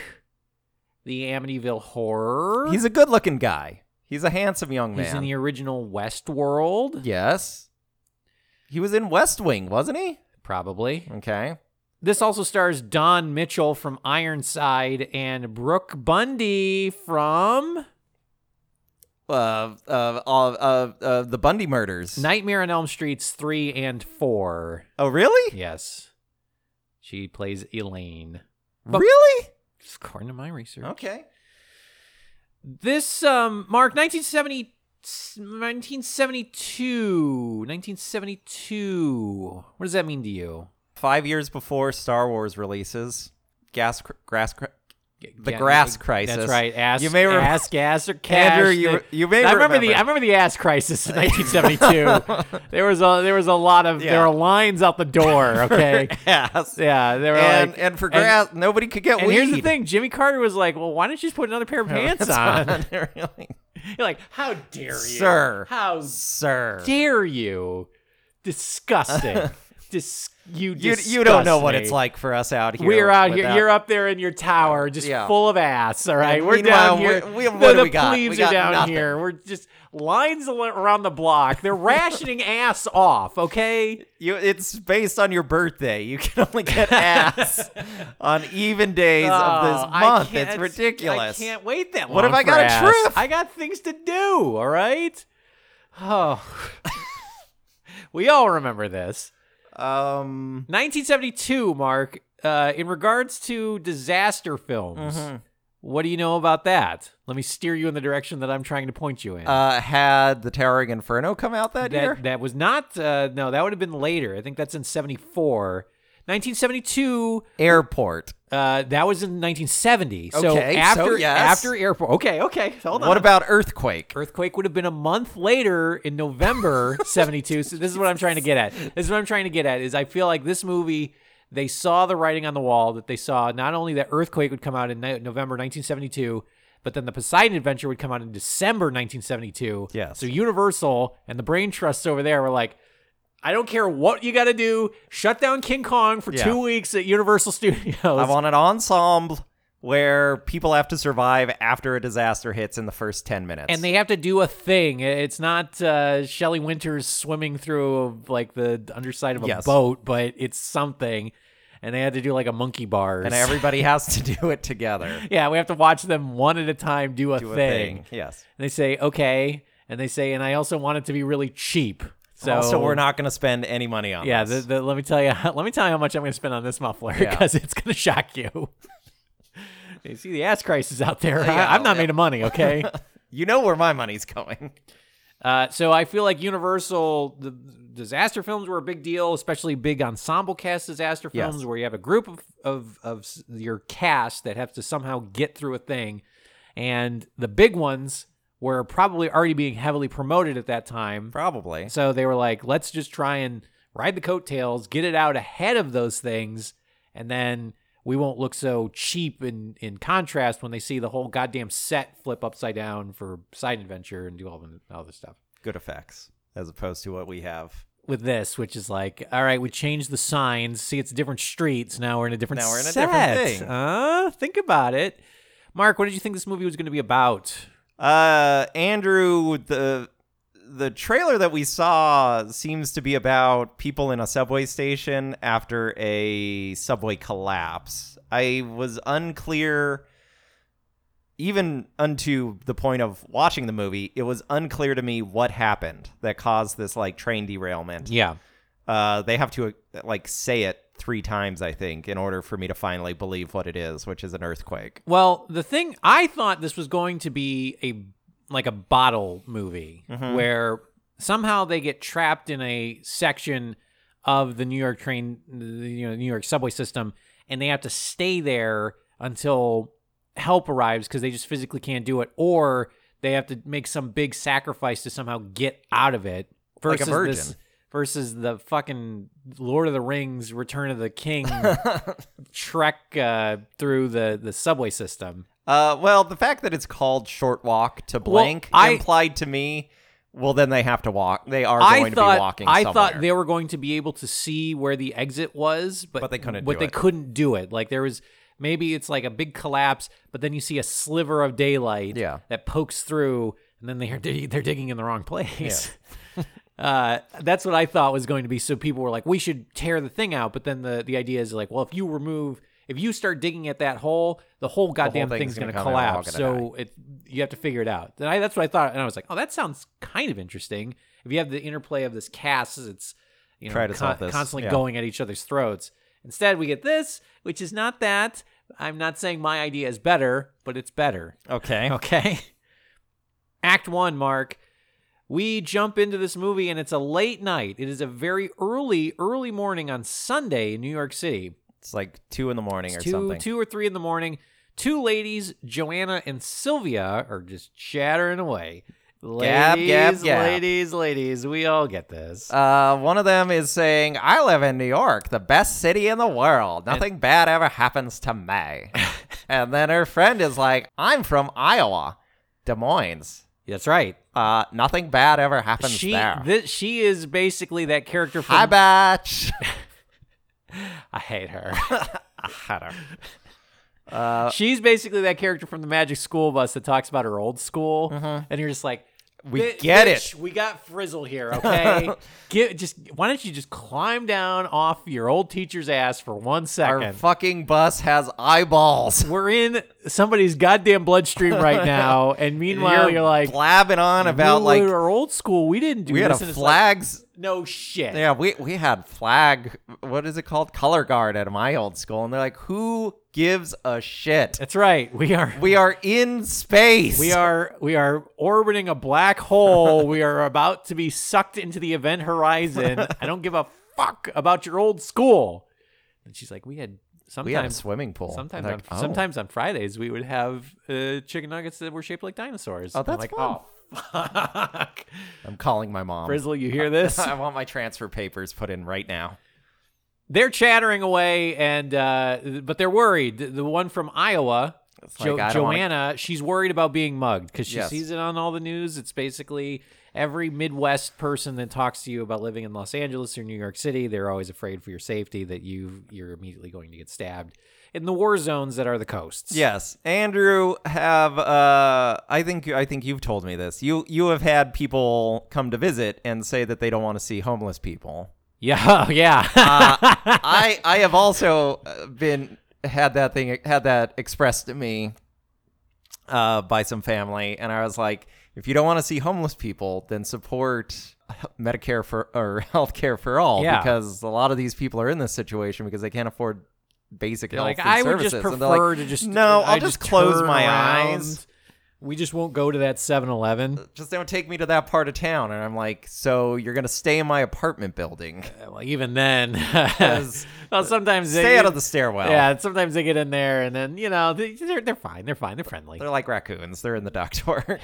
[SPEAKER 4] The Amityville Horror.
[SPEAKER 5] He's a good looking guy. He's a handsome young man.
[SPEAKER 4] He's in the original Westworld,
[SPEAKER 5] yes. He was in West Wing, wasn't he?
[SPEAKER 4] probably.
[SPEAKER 5] Okay.
[SPEAKER 4] This also stars Don Mitchell from Ironside and Brooke Bundy from
[SPEAKER 5] Uh, uh, uh, uh, uh, the Bundy murders.
[SPEAKER 4] Nightmare on Elm Streets 3 and 4.
[SPEAKER 5] oh, really?
[SPEAKER 4] Yes. She plays Elaine.
[SPEAKER 5] Really?
[SPEAKER 4] According to my research.
[SPEAKER 5] Okay.
[SPEAKER 4] This um Mark 1970 1972 1972 What does that mean to you?
[SPEAKER 5] Five years before Star Wars releases, gas, cr- grass, cr- The
[SPEAKER 4] Yeah,
[SPEAKER 5] grass
[SPEAKER 4] that's
[SPEAKER 5] crisis.
[SPEAKER 4] That's right. Ask,
[SPEAKER 5] You may rem-
[SPEAKER 4] ask gas or cash.
[SPEAKER 5] Andrew, you-
[SPEAKER 4] The-
[SPEAKER 5] you may
[SPEAKER 4] I remember, the
[SPEAKER 5] remember.
[SPEAKER 4] I remember the ass crisis in 1972. there was a there was a lot of
[SPEAKER 5] Yeah.
[SPEAKER 4] there were lines out the door. Okay,
[SPEAKER 5] Yes.
[SPEAKER 4] yeah, there were
[SPEAKER 5] and
[SPEAKER 4] like
[SPEAKER 5] and for grass, nobody could get
[SPEAKER 4] And, and
[SPEAKER 5] weed.
[SPEAKER 4] here's the thing: Jimmy Carter was like, "Well, why don't you just put another pair of pants on?"
[SPEAKER 5] Really?
[SPEAKER 4] You're like, "How dare you,
[SPEAKER 5] Sir.
[SPEAKER 4] How
[SPEAKER 5] Sir.
[SPEAKER 4] dare you? Disgusting. dis- you
[SPEAKER 5] You, you don't know
[SPEAKER 4] disgust
[SPEAKER 5] what
[SPEAKER 4] me.
[SPEAKER 5] it's like for us out here.
[SPEAKER 4] We're out here.
[SPEAKER 5] without-
[SPEAKER 4] You're up there in your tower, just
[SPEAKER 5] Yeah.
[SPEAKER 4] full of ass. All right,
[SPEAKER 5] And
[SPEAKER 4] we're
[SPEAKER 5] meanwhile,
[SPEAKER 4] down here.
[SPEAKER 5] we- we- what
[SPEAKER 4] the
[SPEAKER 5] do
[SPEAKER 4] the
[SPEAKER 5] we got?
[SPEAKER 4] plebes
[SPEAKER 5] We
[SPEAKER 4] are
[SPEAKER 5] got
[SPEAKER 4] down
[SPEAKER 5] nothing.
[SPEAKER 4] here. We're just lines al- around the block. They're rationing ass off. Okay,
[SPEAKER 5] You, it's based on your birthday. You can only get ass on even days
[SPEAKER 4] Oh,
[SPEAKER 5] of this
[SPEAKER 4] I
[SPEAKER 5] month.
[SPEAKER 4] can't-
[SPEAKER 5] It's ridiculous.
[SPEAKER 4] I can't wait that long.
[SPEAKER 5] What have I
[SPEAKER 4] for
[SPEAKER 5] got a
[SPEAKER 4] ass?
[SPEAKER 5] trip?
[SPEAKER 4] I got things to do. All right. Oh, we all remember this.
[SPEAKER 5] Um,
[SPEAKER 4] 1972, Mark. Uh, in regards to disaster films,
[SPEAKER 5] Mm-hmm.
[SPEAKER 4] what do you know about that? Let me steer you in the direction that I'm trying to point you in.
[SPEAKER 5] uh, had the Towering Inferno come out that, year?
[SPEAKER 4] that that was not. Uh, no, that would have been later. I think that's in 74. 1972.
[SPEAKER 5] Airport.
[SPEAKER 4] Uh, that was in 1970. so
[SPEAKER 5] Okay, so
[SPEAKER 4] after
[SPEAKER 5] yes.
[SPEAKER 4] after airport. Okay, okay. Hold on.
[SPEAKER 5] What about Earthquake?
[SPEAKER 4] Earthquake would have been a month later in November 72. So this is what I'm trying to get at. This is what I'm trying to get at is I feel like this movie they saw the writing on the wall that they saw not only that Earthquake would come out in ni- November 1972, but then the Poseidon Adventure would come out in December 1972.
[SPEAKER 5] Yes.
[SPEAKER 4] So Universal and the brain trusts over there were like I don't care what you got to do. Shut down King Kong for
[SPEAKER 5] Yeah.
[SPEAKER 4] 2 weeks at Universal Studios.
[SPEAKER 5] I want an ensemble where people have to survive after a disaster hits in the first 10 minutes.
[SPEAKER 4] and they have to do a thing. It's not uh, Shelley Winters swimming through like the underside of a
[SPEAKER 5] Yes.
[SPEAKER 4] boat, but it's something. And they had to do like a monkey bar.
[SPEAKER 5] and everybody has to do it together.
[SPEAKER 4] yeah, we have to watch them one at a time do a,
[SPEAKER 5] Do
[SPEAKER 4] thing.
[SPEAKER 5] a thing. Yes.
[SPEAKER 4] And they say okay, and they say, and I also want it to be really cheap. So
[SPEAKER 5] also, we're not going to spend any money on
[SPEAKER 4] Yeah, the,
[SPEAKER 5] this.
[SPEAKER 4] the, let me tell you. Let me tell you how much I'm going to spend on this muffler
[SPEAKER 5] Yeah.
[SPEAKER 4] because it's going to shock you. you see the ass crisis out there.
[SPEAKER 5] Yeah,
[SPEAKER 4] I, I'm not
[SPEAKER 5] yeah.
[SPEAKER 4] made of money. Okay.
[SPEAKER 5] you know where my money's going.
[SPEAKER 4] Uh, so I feel like Universal, the disaster films were a big deal, especially big ensemble cast disaster
[SPEAKER 5] Yes.
[SPEAKER 4] films where you have a group of, of, of s- your cast that have to somehow get through a thing. And the big ones were probably already being heavily promoted at that time.
[SPEAKER 5] Probably.
[SPEAKER 4] So they were like, let's just try and ride the coattails, get it out ahead of those things, and then we won't look so cheap in, in contrast when they see the whole goddamn set flip upside down for side adventure and do all the all this stuff
[SPEAKER 5] Good effects as opposed to what we have.
[SPEAKER 4] with this, which is like, all right, we changed the signs. See, it's different streets. Now we're in a different
[SPEAKER 5] Now we're in a
[SPEAKER 4] set.
[SPEAKER 5] different thing.
[SPEAKER 4] Uh, think about it. Mark, what did you think this movie was going to be about?
[SPEAKER 5] Uh, Andrew, the the trailer that we saw seems to be about people in a subway station after a subway collapse. I was unclear, even unto the point of watching the movie, it was unclear to me what happened that caused this like train derailment.
[SPEAKER 4] Yeah.
[SPEAKER 5] Uh, they have to uh, like say it three times, I think, in order for me to finally believe what it is, which is an earthquake.
[SPEAKER 4] Well, the thing I thought this was going to be a like a bottle movie
[SPEAKER 5] Mm-hmm.
[SPEAKER 4] where somehow they get trapped in a section of the New York train, the, you know, New York subway system, and they have to stay there until help arrives because they just physically can't do it, or they have to make some big sacrifice to somehow get out of it.
[SPEAKER 5] Like a
[SPEAKER 4] Versus
[SPEAKER 5] virgin.
[SPEAKER 4] this- versus the fucking Lord of the Rings, Return of the King trek uh, through the the subway system.
[SPEAKER 5] Uh, well, the fact that it's called Short Walk to Blank
[SPEAKER 4] I-
[SPEAKER 5] implied to me, well, then they have to walk. They are
[SPEAKER 4] I
[SPEAKER 5] going
[SPEAKER 4] thought
[SPEAKER 5] to be walking
[SPEAKER 4] I
[SPEAKER 5] somewhere.
[SPEAKER 4] thought they were going to be able to see where the exit was, but,
[SPEAKER 5] But they couldn't
[SPEAKER 4] But
[SPEAKER 5] do
[SPEAKER 4] they
[SPEAKER 5] it.
[SPEAKER 4] couldn't do it. Like there was maybe it's like a big collapse, but then you see a sliver of daylight
[SPEAKER 5] Yeah.
[SPEAKER 4] that pokes through, and then they're digging, they're digging in the wrong place. Uh, that's what I thought was going to be. So people were like, we should tear the thing out. But then the, the idea is like, well, if you remove, if you start digging at that hole, the whole goddamn
[SPEAKER 5] thing's
[SPEAKER 4] thing's,
[SPEAKER 5] gonna
[SPEAKER 4] going to
[SPEAKER 5] come and we're all
[SPEAKER 4] collapse.
[SPEAKER 5] gonna
[SPEAKER 4] So it, you have to figure it out. And I, that's what I thought. And I was like, oh, that sounds kind of interesting. If you have the interplay of this cast, it's, you know,
[SPEAKER 5] Try to solve this.
[SPEAKER 4] constantly
[SPEAKER 5] Yeah.
[SPEAKER 4] going at each other's throats. Instead, we get this, which is not that. I'm not saying my idea is better, but it's better.
[SPEAKER 5] Okay.
[SPEAKER 4] Okay. Act one, Mark. We jump into this movie and it's a late night. It is a very early, early morning on Sunday in New York City.
[SPEAKER 5] It's like two in the morning or
[SPEAKER 4] two,
[SPEAKER 5] something.
[SPEAKER 4] two or three in the morning. Two ladies, Joanna and Sylvia, are just chattering away.
[SPEAKER 5] Gab,
[SPEAKER 4] Ladies,
[SPEAKER 5] gab, gab.
[SPEAKER 4] ladies, ladies. We all get this.
[SPEAKER 5] Uh, one of them is saying, "I live in New York, the best city in the world. Nothing bad ever happens to me." and then her friend is like, "I'm from Iowa, Des Moines.
[SPEAKER 4] That's right.
[SPEAKER 5] Uh, nothing bad ever happens
[SPEAKER 4] She,
[SPEAKER 5] there."
[SPEAKER 4] thi- she is basically that character from
[SPEAKER 5] Hi, batch.
[SPEAKER 4] I hate her. I hate her. She's basically that character from the Magic School Bus that talks about her old school, and you're just like,
[SPEAKER 5] Mm-hmm. We
[SPEAKER 4] "Bi-
[SPEAKER 5] get
[SPEAKER 4] bitch, We got Frizzle here, okay? Get just why don't you just climb down off your old teacher's ass for one
[SPEAKER 5] Our
[SPEAKER 4] second?
[SPEAKER 5] fucking bus has eyeballs.
[SPEAKER 4] We're in somebody's goddamn bloodstream right now, and meanwhile you're, like
[SPEAKER 5] blabbing on about
[SPEAKER 4] "We
[SPEAKER 5] like
[SPEAKER 4] were old school. We didn't do
[SPEAKER 5] we had a
[SPEAKER 4] this. and it's like,
[SPEAKER 5] flags.
[SPEAKER 4] no shit.
[SPEAKER 5] yeah, we we had flag. What is it called? Color guard at my old school, and they're like, who gives a shit?
[SPEAKER 4] That's right. We are
[SPEAKER 5] We are in space.
[SPEAKER 4] We are we are orbiting a black hole. we are about to be sucked into the event horizon. I don't give a fuck about your old school. And she's like, we had sometimes
[SPEAKER 5] We had a swimming pool.
[SPEAKER 4] Sometimes,
[SPEAKER 5] Like,
[SPEAKER 4] on,
[SPEAKER 5] oh.
[SPEAKER 4] sometimes on Fridays we would have uh, chicken nuggets that were shaped like dinosaurs.
[SPEAKER 5] Oh,
[SPEAKER 4] And I'm
[SPEAKER 5] that's
[SPEAKER 4] like, oh fuck,
[SPEAKER 5] I'm calling my mom.
[SPEAKER 4] Frizzle, you hear this?
[SPEAKER 5] I want my transfer papers put in right now.
[SPEAKER 4] They're chattering away, and uh, but they're worried. The- The one from Iowa,
[SPEAKER 5] like,
[SPEAKER 4] Jo-
[SPEAKER 5] I don't wanna-
[SPEAKER 4] Joanna, she's worried about being mugged because she
[SPEAKER 5] Yes.
[SPEAKER 4] sees it on all the news. It's basically every Midwest person that talks to you about living in Los Angeles or New York City. They're always afraid for your safety that you you're immediately going to get stabbed in the war zones that are the coasts.
[SPEAKER 5] Yes, Andrew, have uh, I think I think you've told me this. You you have had people come to visit and say that they don't want to see homeless people.
[SPEAKER 4] yeah, oh, yeah.
[SPEAKER 5] I I have also uh, been had that thing had that expressed to me uh, by some family, and I was like, if you don't want to see homeless people, then support Medicare for or healthcare for all,
[SPEAKER 4] Yeah.
[SPEAKER 5] because a lot of these people are in this situation because they can't afford basic
[SPEAKER 4] They're
[SPEAKER 5] health
[SPEAKER 4] like
[SPEAKER 5] and
[SPEAKER 4] I would
[SPEAKER 5] services.
[SPEAKER 4] just
[SPEAKER 5] and they're like,
[SPEAKER 4] prefer to just
[SPEAKER 5] no,
[SPEAKER 4] I
[SPEAKER 5] I'll just, close
[SPEAKER 4] turn
[SPEAKER 5] my
[SPEAKER 4] around.
[SPEAKER 5] eyes.
[SPEAKER 4] We just won't go to that 7-Eleven.
[SPEAKER 5] Just don't take me to that part of town, and I'm like, so you're gonna stay in my apartment building.
[SPEAKER 4] Well, even then, well, sometimes they,
[SPEAKER 5] Stay out of the stairwell.
[SPEAKER 4] Yeah, and sometimes they get in there, and then you know they- they're they're fine. They're fine. They're friendly.
[SPEAKER 5] They're like raccoons. They're in the ductwork.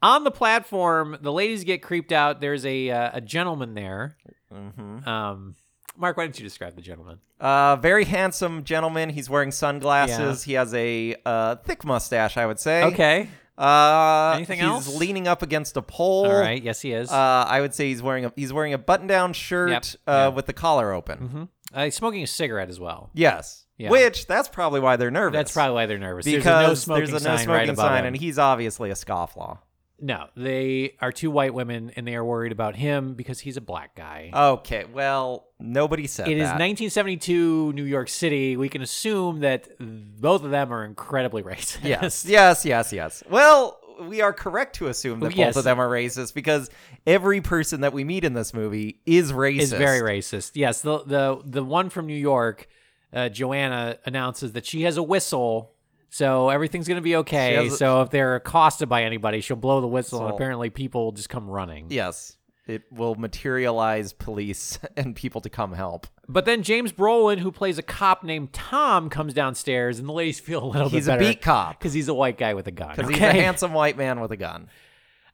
[SPEAKER 4] On the platform, the ladies get creeped out. There's a uh, a gentleman there.
[SPEAKER 5] Mm-hmm.
[SPEAKER 4] Um, Mark, why don't you describe the gentleman?
[SPEAKER 5] Uh, very handsome gentleman. He's wearing sunglasses. He has a uh, thick mustache, I would say.
[SPEAKER 4] Okay.
[SPEAKER 5] Uh,
[SPEAKER 4] Anything
[SPEAKER 5] he's
[SPEAKER 4] else?
[SPEAKER 5] leaning up against a pole.
[SPEAKER 4] All right. Yes, he is.
[SPEAKER 5] Uh, I would say he's wearing a he's wearing a button down shirt
[SPEAKER 4] Yep.
[SPEAKER 5] Uh,
[SPEAKER 4] Yeah.
[SPEAKER 5] with the collar open.
[SPEAKER 4] Uh, he's smoking a cigarette as well.
[SPEAKER 5] Yes.
[SPEAKER 4] Yeah.
[SPEAKER 5] Which that's probably why they're nervous.
[SPEAKER 4] That's probably why they're nervous.
[SPEAKER 5] because
[SPEAKER 4] there's a no smoking
[SPEAKER 5] no
[SPEAKER 4] sign right
[SPEAKER 5] smoking
[SPEAKER 4] above
[SPEAKER 5] sign,
[SPEAKER 4] him.
[SPEAKER 5] and he's obviously a scofflaw.
[SPEAKER 4] no, they are two white women, and they are worried about him because he's a black guy.
[SPEAKER 5] Okay. Well, nobody said
[SPEAKER 4] It is
[SPEAKER 5] that.
[SPEAKER 4] 1972 New York City. We can assume that both of them are incredibly racist.
[SPEAKER 5] Yes, yes, yes, yes. Well, we are correct to assume that
[SPEAKER 4] Yes.
[SPEAKER 5] both of them are racist because every person that we meet in this movie is racist.
[SPEAKER 4] is very racist. Yes, the the the one from New York, uh, Joanna announces that she has a whistle, so everything's gonna be
[SPEAKER 5] She
[SPEAKER 4] okay.
[SPEAKER 5] has a-
[SPEAKER 4] so if they're accosted by anybody, she'll blow the whistle, and
[SPEAKER 5] So-
[SPEAKER 4] apparently people will just come running.
[SPEAKER 5] Yes, it will materialize police and people to come help.
[SPEAKER 4] But then James Brolin, who plays a cop named Tom, comes downstairs, and the ladies feel a little
[SPEAKER 5] He's
[SPEAKER 4] bit
[SPEAKER 5] a
[SPEAKER 4] better
[SPEAKER 5] beat cop.
[SPEAKER 4] because he's a white guy with a gun.
[SPEAKER 5] Because
[SPEAKER 4] okay?
[SPEAKER 5] he's a handsome white man with a gun.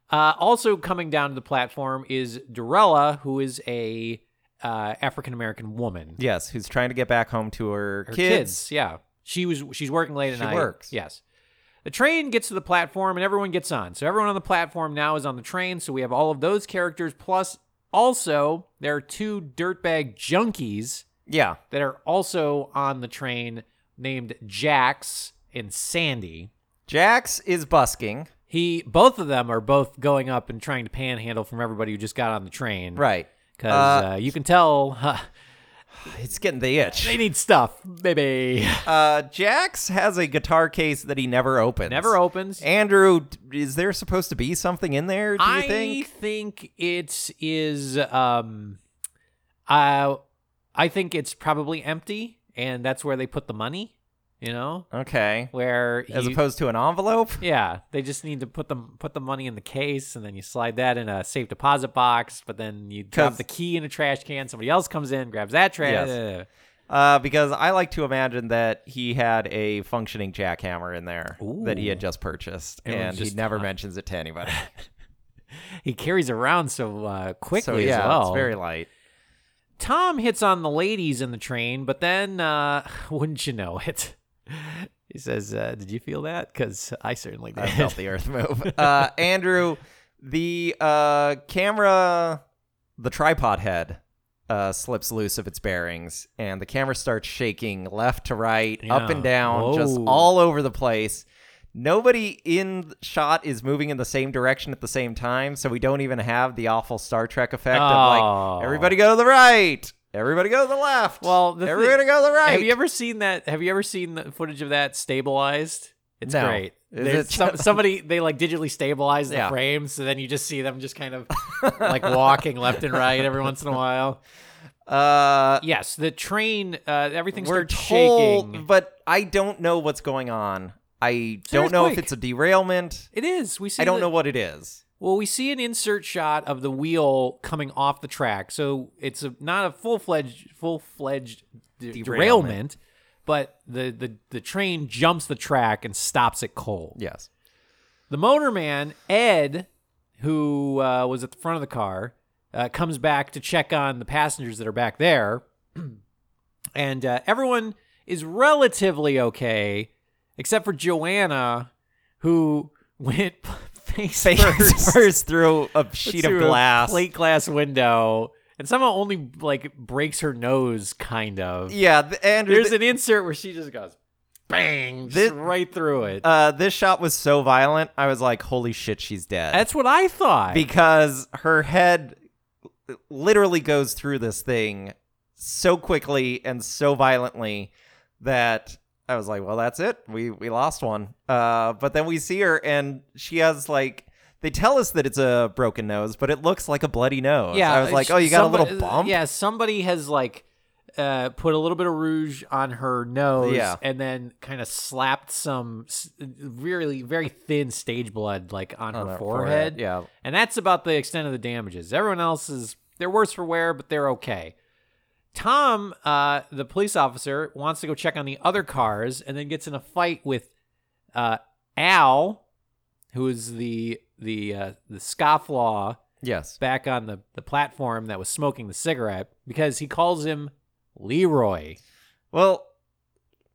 [SPEAKER 4] Uh, also coming down to the platform is Dorella, who is a uh, African American woman.
[SPEAKER 5] Yes, who's trying to get back home to her,
[SPEAKER 4] Her
[SPEAKER 5] kids.
[SPEAKER 4] yeah. She was she's working late at
[SPEAKER 5] She
[SPEAKER 4] night.
[SPEAKER 5] works.
[SPEAKER 4] Yes. The train gets to the platform and everyone gets on. So everyone on the platform now is on the train. So we have all of those characters plus also there are two dirtbag junkies
[SPEAKER 5] Yeah,
[SPEAKER 4] that are also on the train named Jax and Sandy.
[SPEAKER 5] Jax is busking.
[SPEAKER 4] He both of them are both going up and trying to panhandle from everybody who just got on the train.
[SPEAKER 5] Right.
[SPEAKER 4] Because uh, you can tell huh,
[SPEAKER 5] It's getting the itch.
[SPEAKER 4] they need stuff, baby.
[SPEAKER 5] Uh, Jax has a guitar case that he never opens.
[SPEAKER 4] Never opens.
[SPEAKER 5] Andrew, d- is there supposed to be something in there? Do you
[SPEAKER 4] I
[SPEAKER 5] think?
[SPEAKER 4] think it is. Um, uh, I think it's probably empty, and that's where they put the money. You know,
[SPEAKER 5] Okay.
[SPEAKER 4] where
[SPEAKER 5] As
[SPEAKER 4] you-
[SPEAKER 5] opposed to an envelope?
[SPEAKER 4] yeah, they just need to put them put the money in the case, and then you slide that in a safe deposit box. But then you drop
[SPEAKER 5] 'Cause-
[SPEAKER 4] the key in a trash can. Somebody else comes in, grabs that trash.
[SPEAKER 5] Yes. Uh, because I like to imagine that he had a functioning jackhammer in there that he had just purchased,
[SPEAKER 4] was
[SPEAKER 5] and
[SPEAKER 4] just
[SPEAKER 5] he never mentions it to anybody.
[SPEAKER 4] He carries around so uh, quickly
[SPEAKER 5] so
[SPEAKER 4] as
[SPEAKER 5] yeah,
[SPEAKER 4] well.
[SPEAKER 5] it's very light.
[SPEAKER 4] Tom hits on the ladies in the train, but then uh, wouldn't you know it? He says, uh, "Did you feel that? Because I certainly did."
[SPEAKER 5] I felt the earth move. Uh, Andrew, the uh, camera, the tripod head uh, slips loose of its bearings, and the camera starts shaking left to right, up
[SPEAKER 4] Yeah.
[SPEAKER 5] and down, just
[SPEAKER 4] Whoa.
[SPEAKER 5] all over the place. Nobody in th- shot is moving in the same direction at the same time, so we don't even have the awful Star Trek effect of
[SPEAKER 4] Oh.
[SPEAKER 5] like everybody go to the right, everybody go to the left.
[SPEAKER 4] Well, the thi-
[SPEAKER 5] everybody go to the right.
[SPEAKER 4] Have you ever seen that? Have you ever seen the footage of that stabilized? It's
[SPEAKER 5] No.
[SPEAKER 4] great.
[SPEAKER 5] Is
[SPEAKER 4] There's
[SPEAKER 5] it-
[SPEAKER 4] some, somebody they like digitally stabilize the
[SPEAKER 5] Yeah.
[SPEAKER 4] frame, so then you just see them just kind of like walking left and right every once in a while.
[SPEAKER 5] uh,
[SPEAKER 4] Yes, the train, uh, everything
[SPEAKER 5] we're
[SPEAKER 4] starts
[SPEAKER 5] told,
[SPEAKER 4] shaking.
[SPEAKER 5] but I don't know what's going on. I don't know if
[SPEAKER 4] earthquake.
[SPEAKER 5] it's a derailment.
[SPEAKER 4] It is. We see.
[SPEAKER 5] I don't
[SPEAKER 4] the-
[SPEAKER 5] know what it is.
[SPEAKER 4] Well, we see an insert shot of the wheel coming off the track, so it's a, not a full fledged full fledged derailment.
[SPEAKER 5] Derailment.
[SPEAKER 4] but the, the the train jumps the track and stops it cold.
[SPEAKER 5] Yes.
[SPEAKER 4] The motorman Ed, who uh, was at the front of the car, uh, comes back to check on the passengers that are back there, and uh, everyone is relatively okay, except for Joanna, who went face,
[SPEAKER 5] face
[SPEAKER 4] first
[SPEAKER 5] first through a sheet of
[SPEAKER 4] through a
[SPEAKER 5] glass.
[SPEAKER 4] plate glass window, and somehow only like breaks her nose, kind of.
[SPEAKER 5] Yeah, th- Andrew.
[SPEAKER 4] There's
[SPEAKER 5] th-
[SPEAKER 4] an insert where she just goes bang, just
[SPEAKER 5] This-
[SPEAKER 4] right through it.
[SPEAKER 5] uh, this shot was so violent. I was like, "Holy shit, she's dead!"
[SPEAKER 4] That's what I thought.
[SPEAKER 5] because her head literally goes through this thing so quickly and so violently that I was like, "Well, that's it. We we lost one." Uh, but then we see her, and she has like. They tell us that it's a broken nose, but it looks like a bloody nose. I was like,
[SPEAKER 4] it's-
[SPEAKER 5] "Oh, you got a
[SPEAKER 4] somebody-
[SPEAKER 5] little bump."
[SPEAKER 4] Yeah, somebody has like uh, put a little bit of rouge on her nose,
[SPEAKER 5] Yeah.
[SPEAKER 4] and then kind of slapped some s- really very thin stage blood like on,
[SPEAKER 5] On
[SPEAKER 4] her,
[SPEAKER 5] her
[SPEAKER 4] forehead.
[SPEAKER 5] forehead, yeah.
[SPEAKER 4] and that's about the extent of the damages. Everyone else is they're worse for wear, but they're okay. Tom, uh, the police officer, wants to go check on the other cars, and then gets in a fight with uh, Al, who is the the uh, the scofflaw
[SPEAKER 5] Yes.
[SPEAKER 4] back on the, the platform that was smoking the cigarette because he calls him Leroy.
[SPEAKER 5] Well,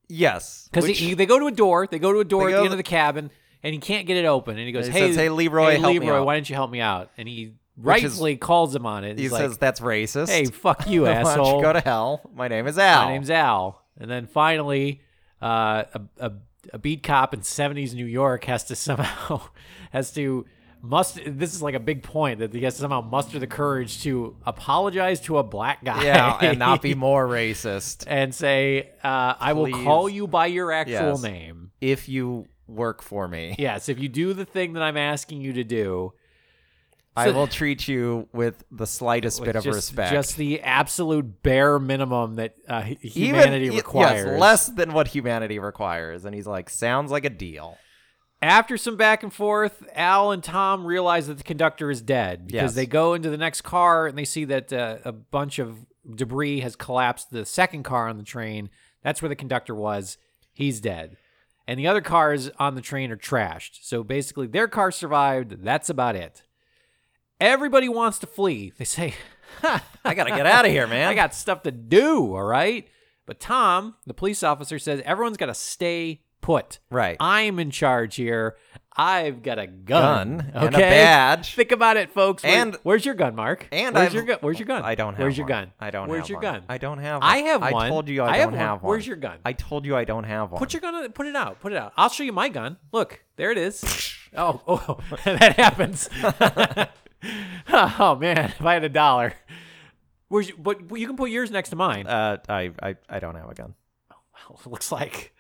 [SPEAKER 5] yes.
[SPEAKER 4] Because
[SPEAKER 5] which-
[SPEAKER 4] they go to a door, they go to a door
[SPEAKER 5] They
[SPEAKER 4] at the
[SPEAKER 5] go-
[SPEAKER 4] end of the cabin, and he can't get it open. And he goes,
[SPEAKER 5] He
[SPEAKER 4] hey,
[SPEAKER 5] says, "Hey, Leroy,
[SPEAKER 4] hey,
[SPEAKER 5] help me
[SPEAKER 4] Leroy,
[SPEAKER 5] out."
[SPEAKER 4] why don't you help me out? And he
[SPEAKER 5] Which is-
[SPEAKER 4] rightfully calls him on it.
[SPEAKER 5] he
[SPEAKER 4] He's
[SPEAKER 5] says
[SPEAKER 4] like,
[SPEAKER 5] that's racist.
[SPEAKER 4] hey, fuck you,
[SPEAKER 5] Why don't you
[SPEAKER 4] asshole.
[SPEAKER 5] go to hell. My name is Al.
[SPEAKER 4] My name's Al. And then finally, uh, a, a, a beat cop in 70s New York has to somehow, has to muster, this is like a big point that he has to somehow muster the courage to apologize to a black guy.
[SPEAKER 5] yeah, and not be more racist.
[SPEAKER 4] and say, uh, I will
[SPEAKER 5] Please.
[SPEAKER 4] call you by your actual
[SPEAKER 5] Yes.
[SPEAKER 4] name.
[SPEAKER 5] If you work for me,
[SPEAKER 4] Yes, if you do the thing that I'm asking you to do,
[SPEAKER 5] I will treat you with the slightest bit of
[SPEAKER 4] just,
[SPEAKER 5] respect.
[SPEAKER 4] just the absolute bare minimum that uh, hu-
[SPEAKER 5] Even-
[SPEAKER 4] humanity
[SPEAKER 5] y-
[SPEAKER 4] requires.
[SPEAKER 5] Yes, less than what humanity requires. And he's like, sounds like a deal.
[SPEAKER 4] After some back and forth, Al and Tom realize that the conductor is dead because
[SPEAKER 5] Yes.
[SPEAKER 4] they go into the next car and they see that uh, a bunch of debris has collapsed the second car on the train. That's where the conductor was. He's dead. And the other cars on the train are trashed. So basically, their car survived. That's about it. Everybody wants to flee. They say,
[SPEAKER 5] I gotta get out of here, man.
[SPEAKER 4] I got stuff to do, all right? But Tom, the police officer, says everyone's got to stay put.
[SPEAKER 5] Right.
[SPEAKER 4] I'm in charge here. I've got a gun,
[SPEAKER 5] Gun
[SPEAKER 4] okay?
[SPEAKER 5] and a badge.
[SPEAKER 4] Think about it, folks. Where-
[SPEAKER 5] And-
[SPEAKER 4] where's your gun, Mark?
[SPEAKER 5] And
[SPEAKER 4] where's
[SPEAKER 5] I've-
[SPEAKER 4] your gun? Where's your gun?
[SPEAKER 5] I don't have.
[SPEAKER 4] Where's your
[SPEAKER 5] one.
[SPEAKER 4] gun?
[SPEAKER 5] I don't.
[SPEAKER 4] Where's
[SPEAKER 5] have
[SPEAKER 4] your
[SPEAKER 5] one.
[SPEAKER 4] gun?
[SPEAKER 5] I don't have. One.
[SPEAKER 4] I have one.
[SPEAKER 5] I told you I,
[SPEAKER 4] I have
[SPEAKER 5] don't
[SPEAKER 4] one.
[SPEAKER 5] have one.
[SPEAKER 4] Where's your gun?
[SPEAKER 5] I told you I don't have one.
[SPEAKER 4] Put your gun. Put it out. Put it out. I'll show you my gun. Look, there it is. oh, oh, that happens. oh man, if I had a dollar. Where's your, but you can put yours next to mine.
[SPEAKER 5] Uh, I, I I don't have a gun.
[SPEAKER 4] Well, it looks like.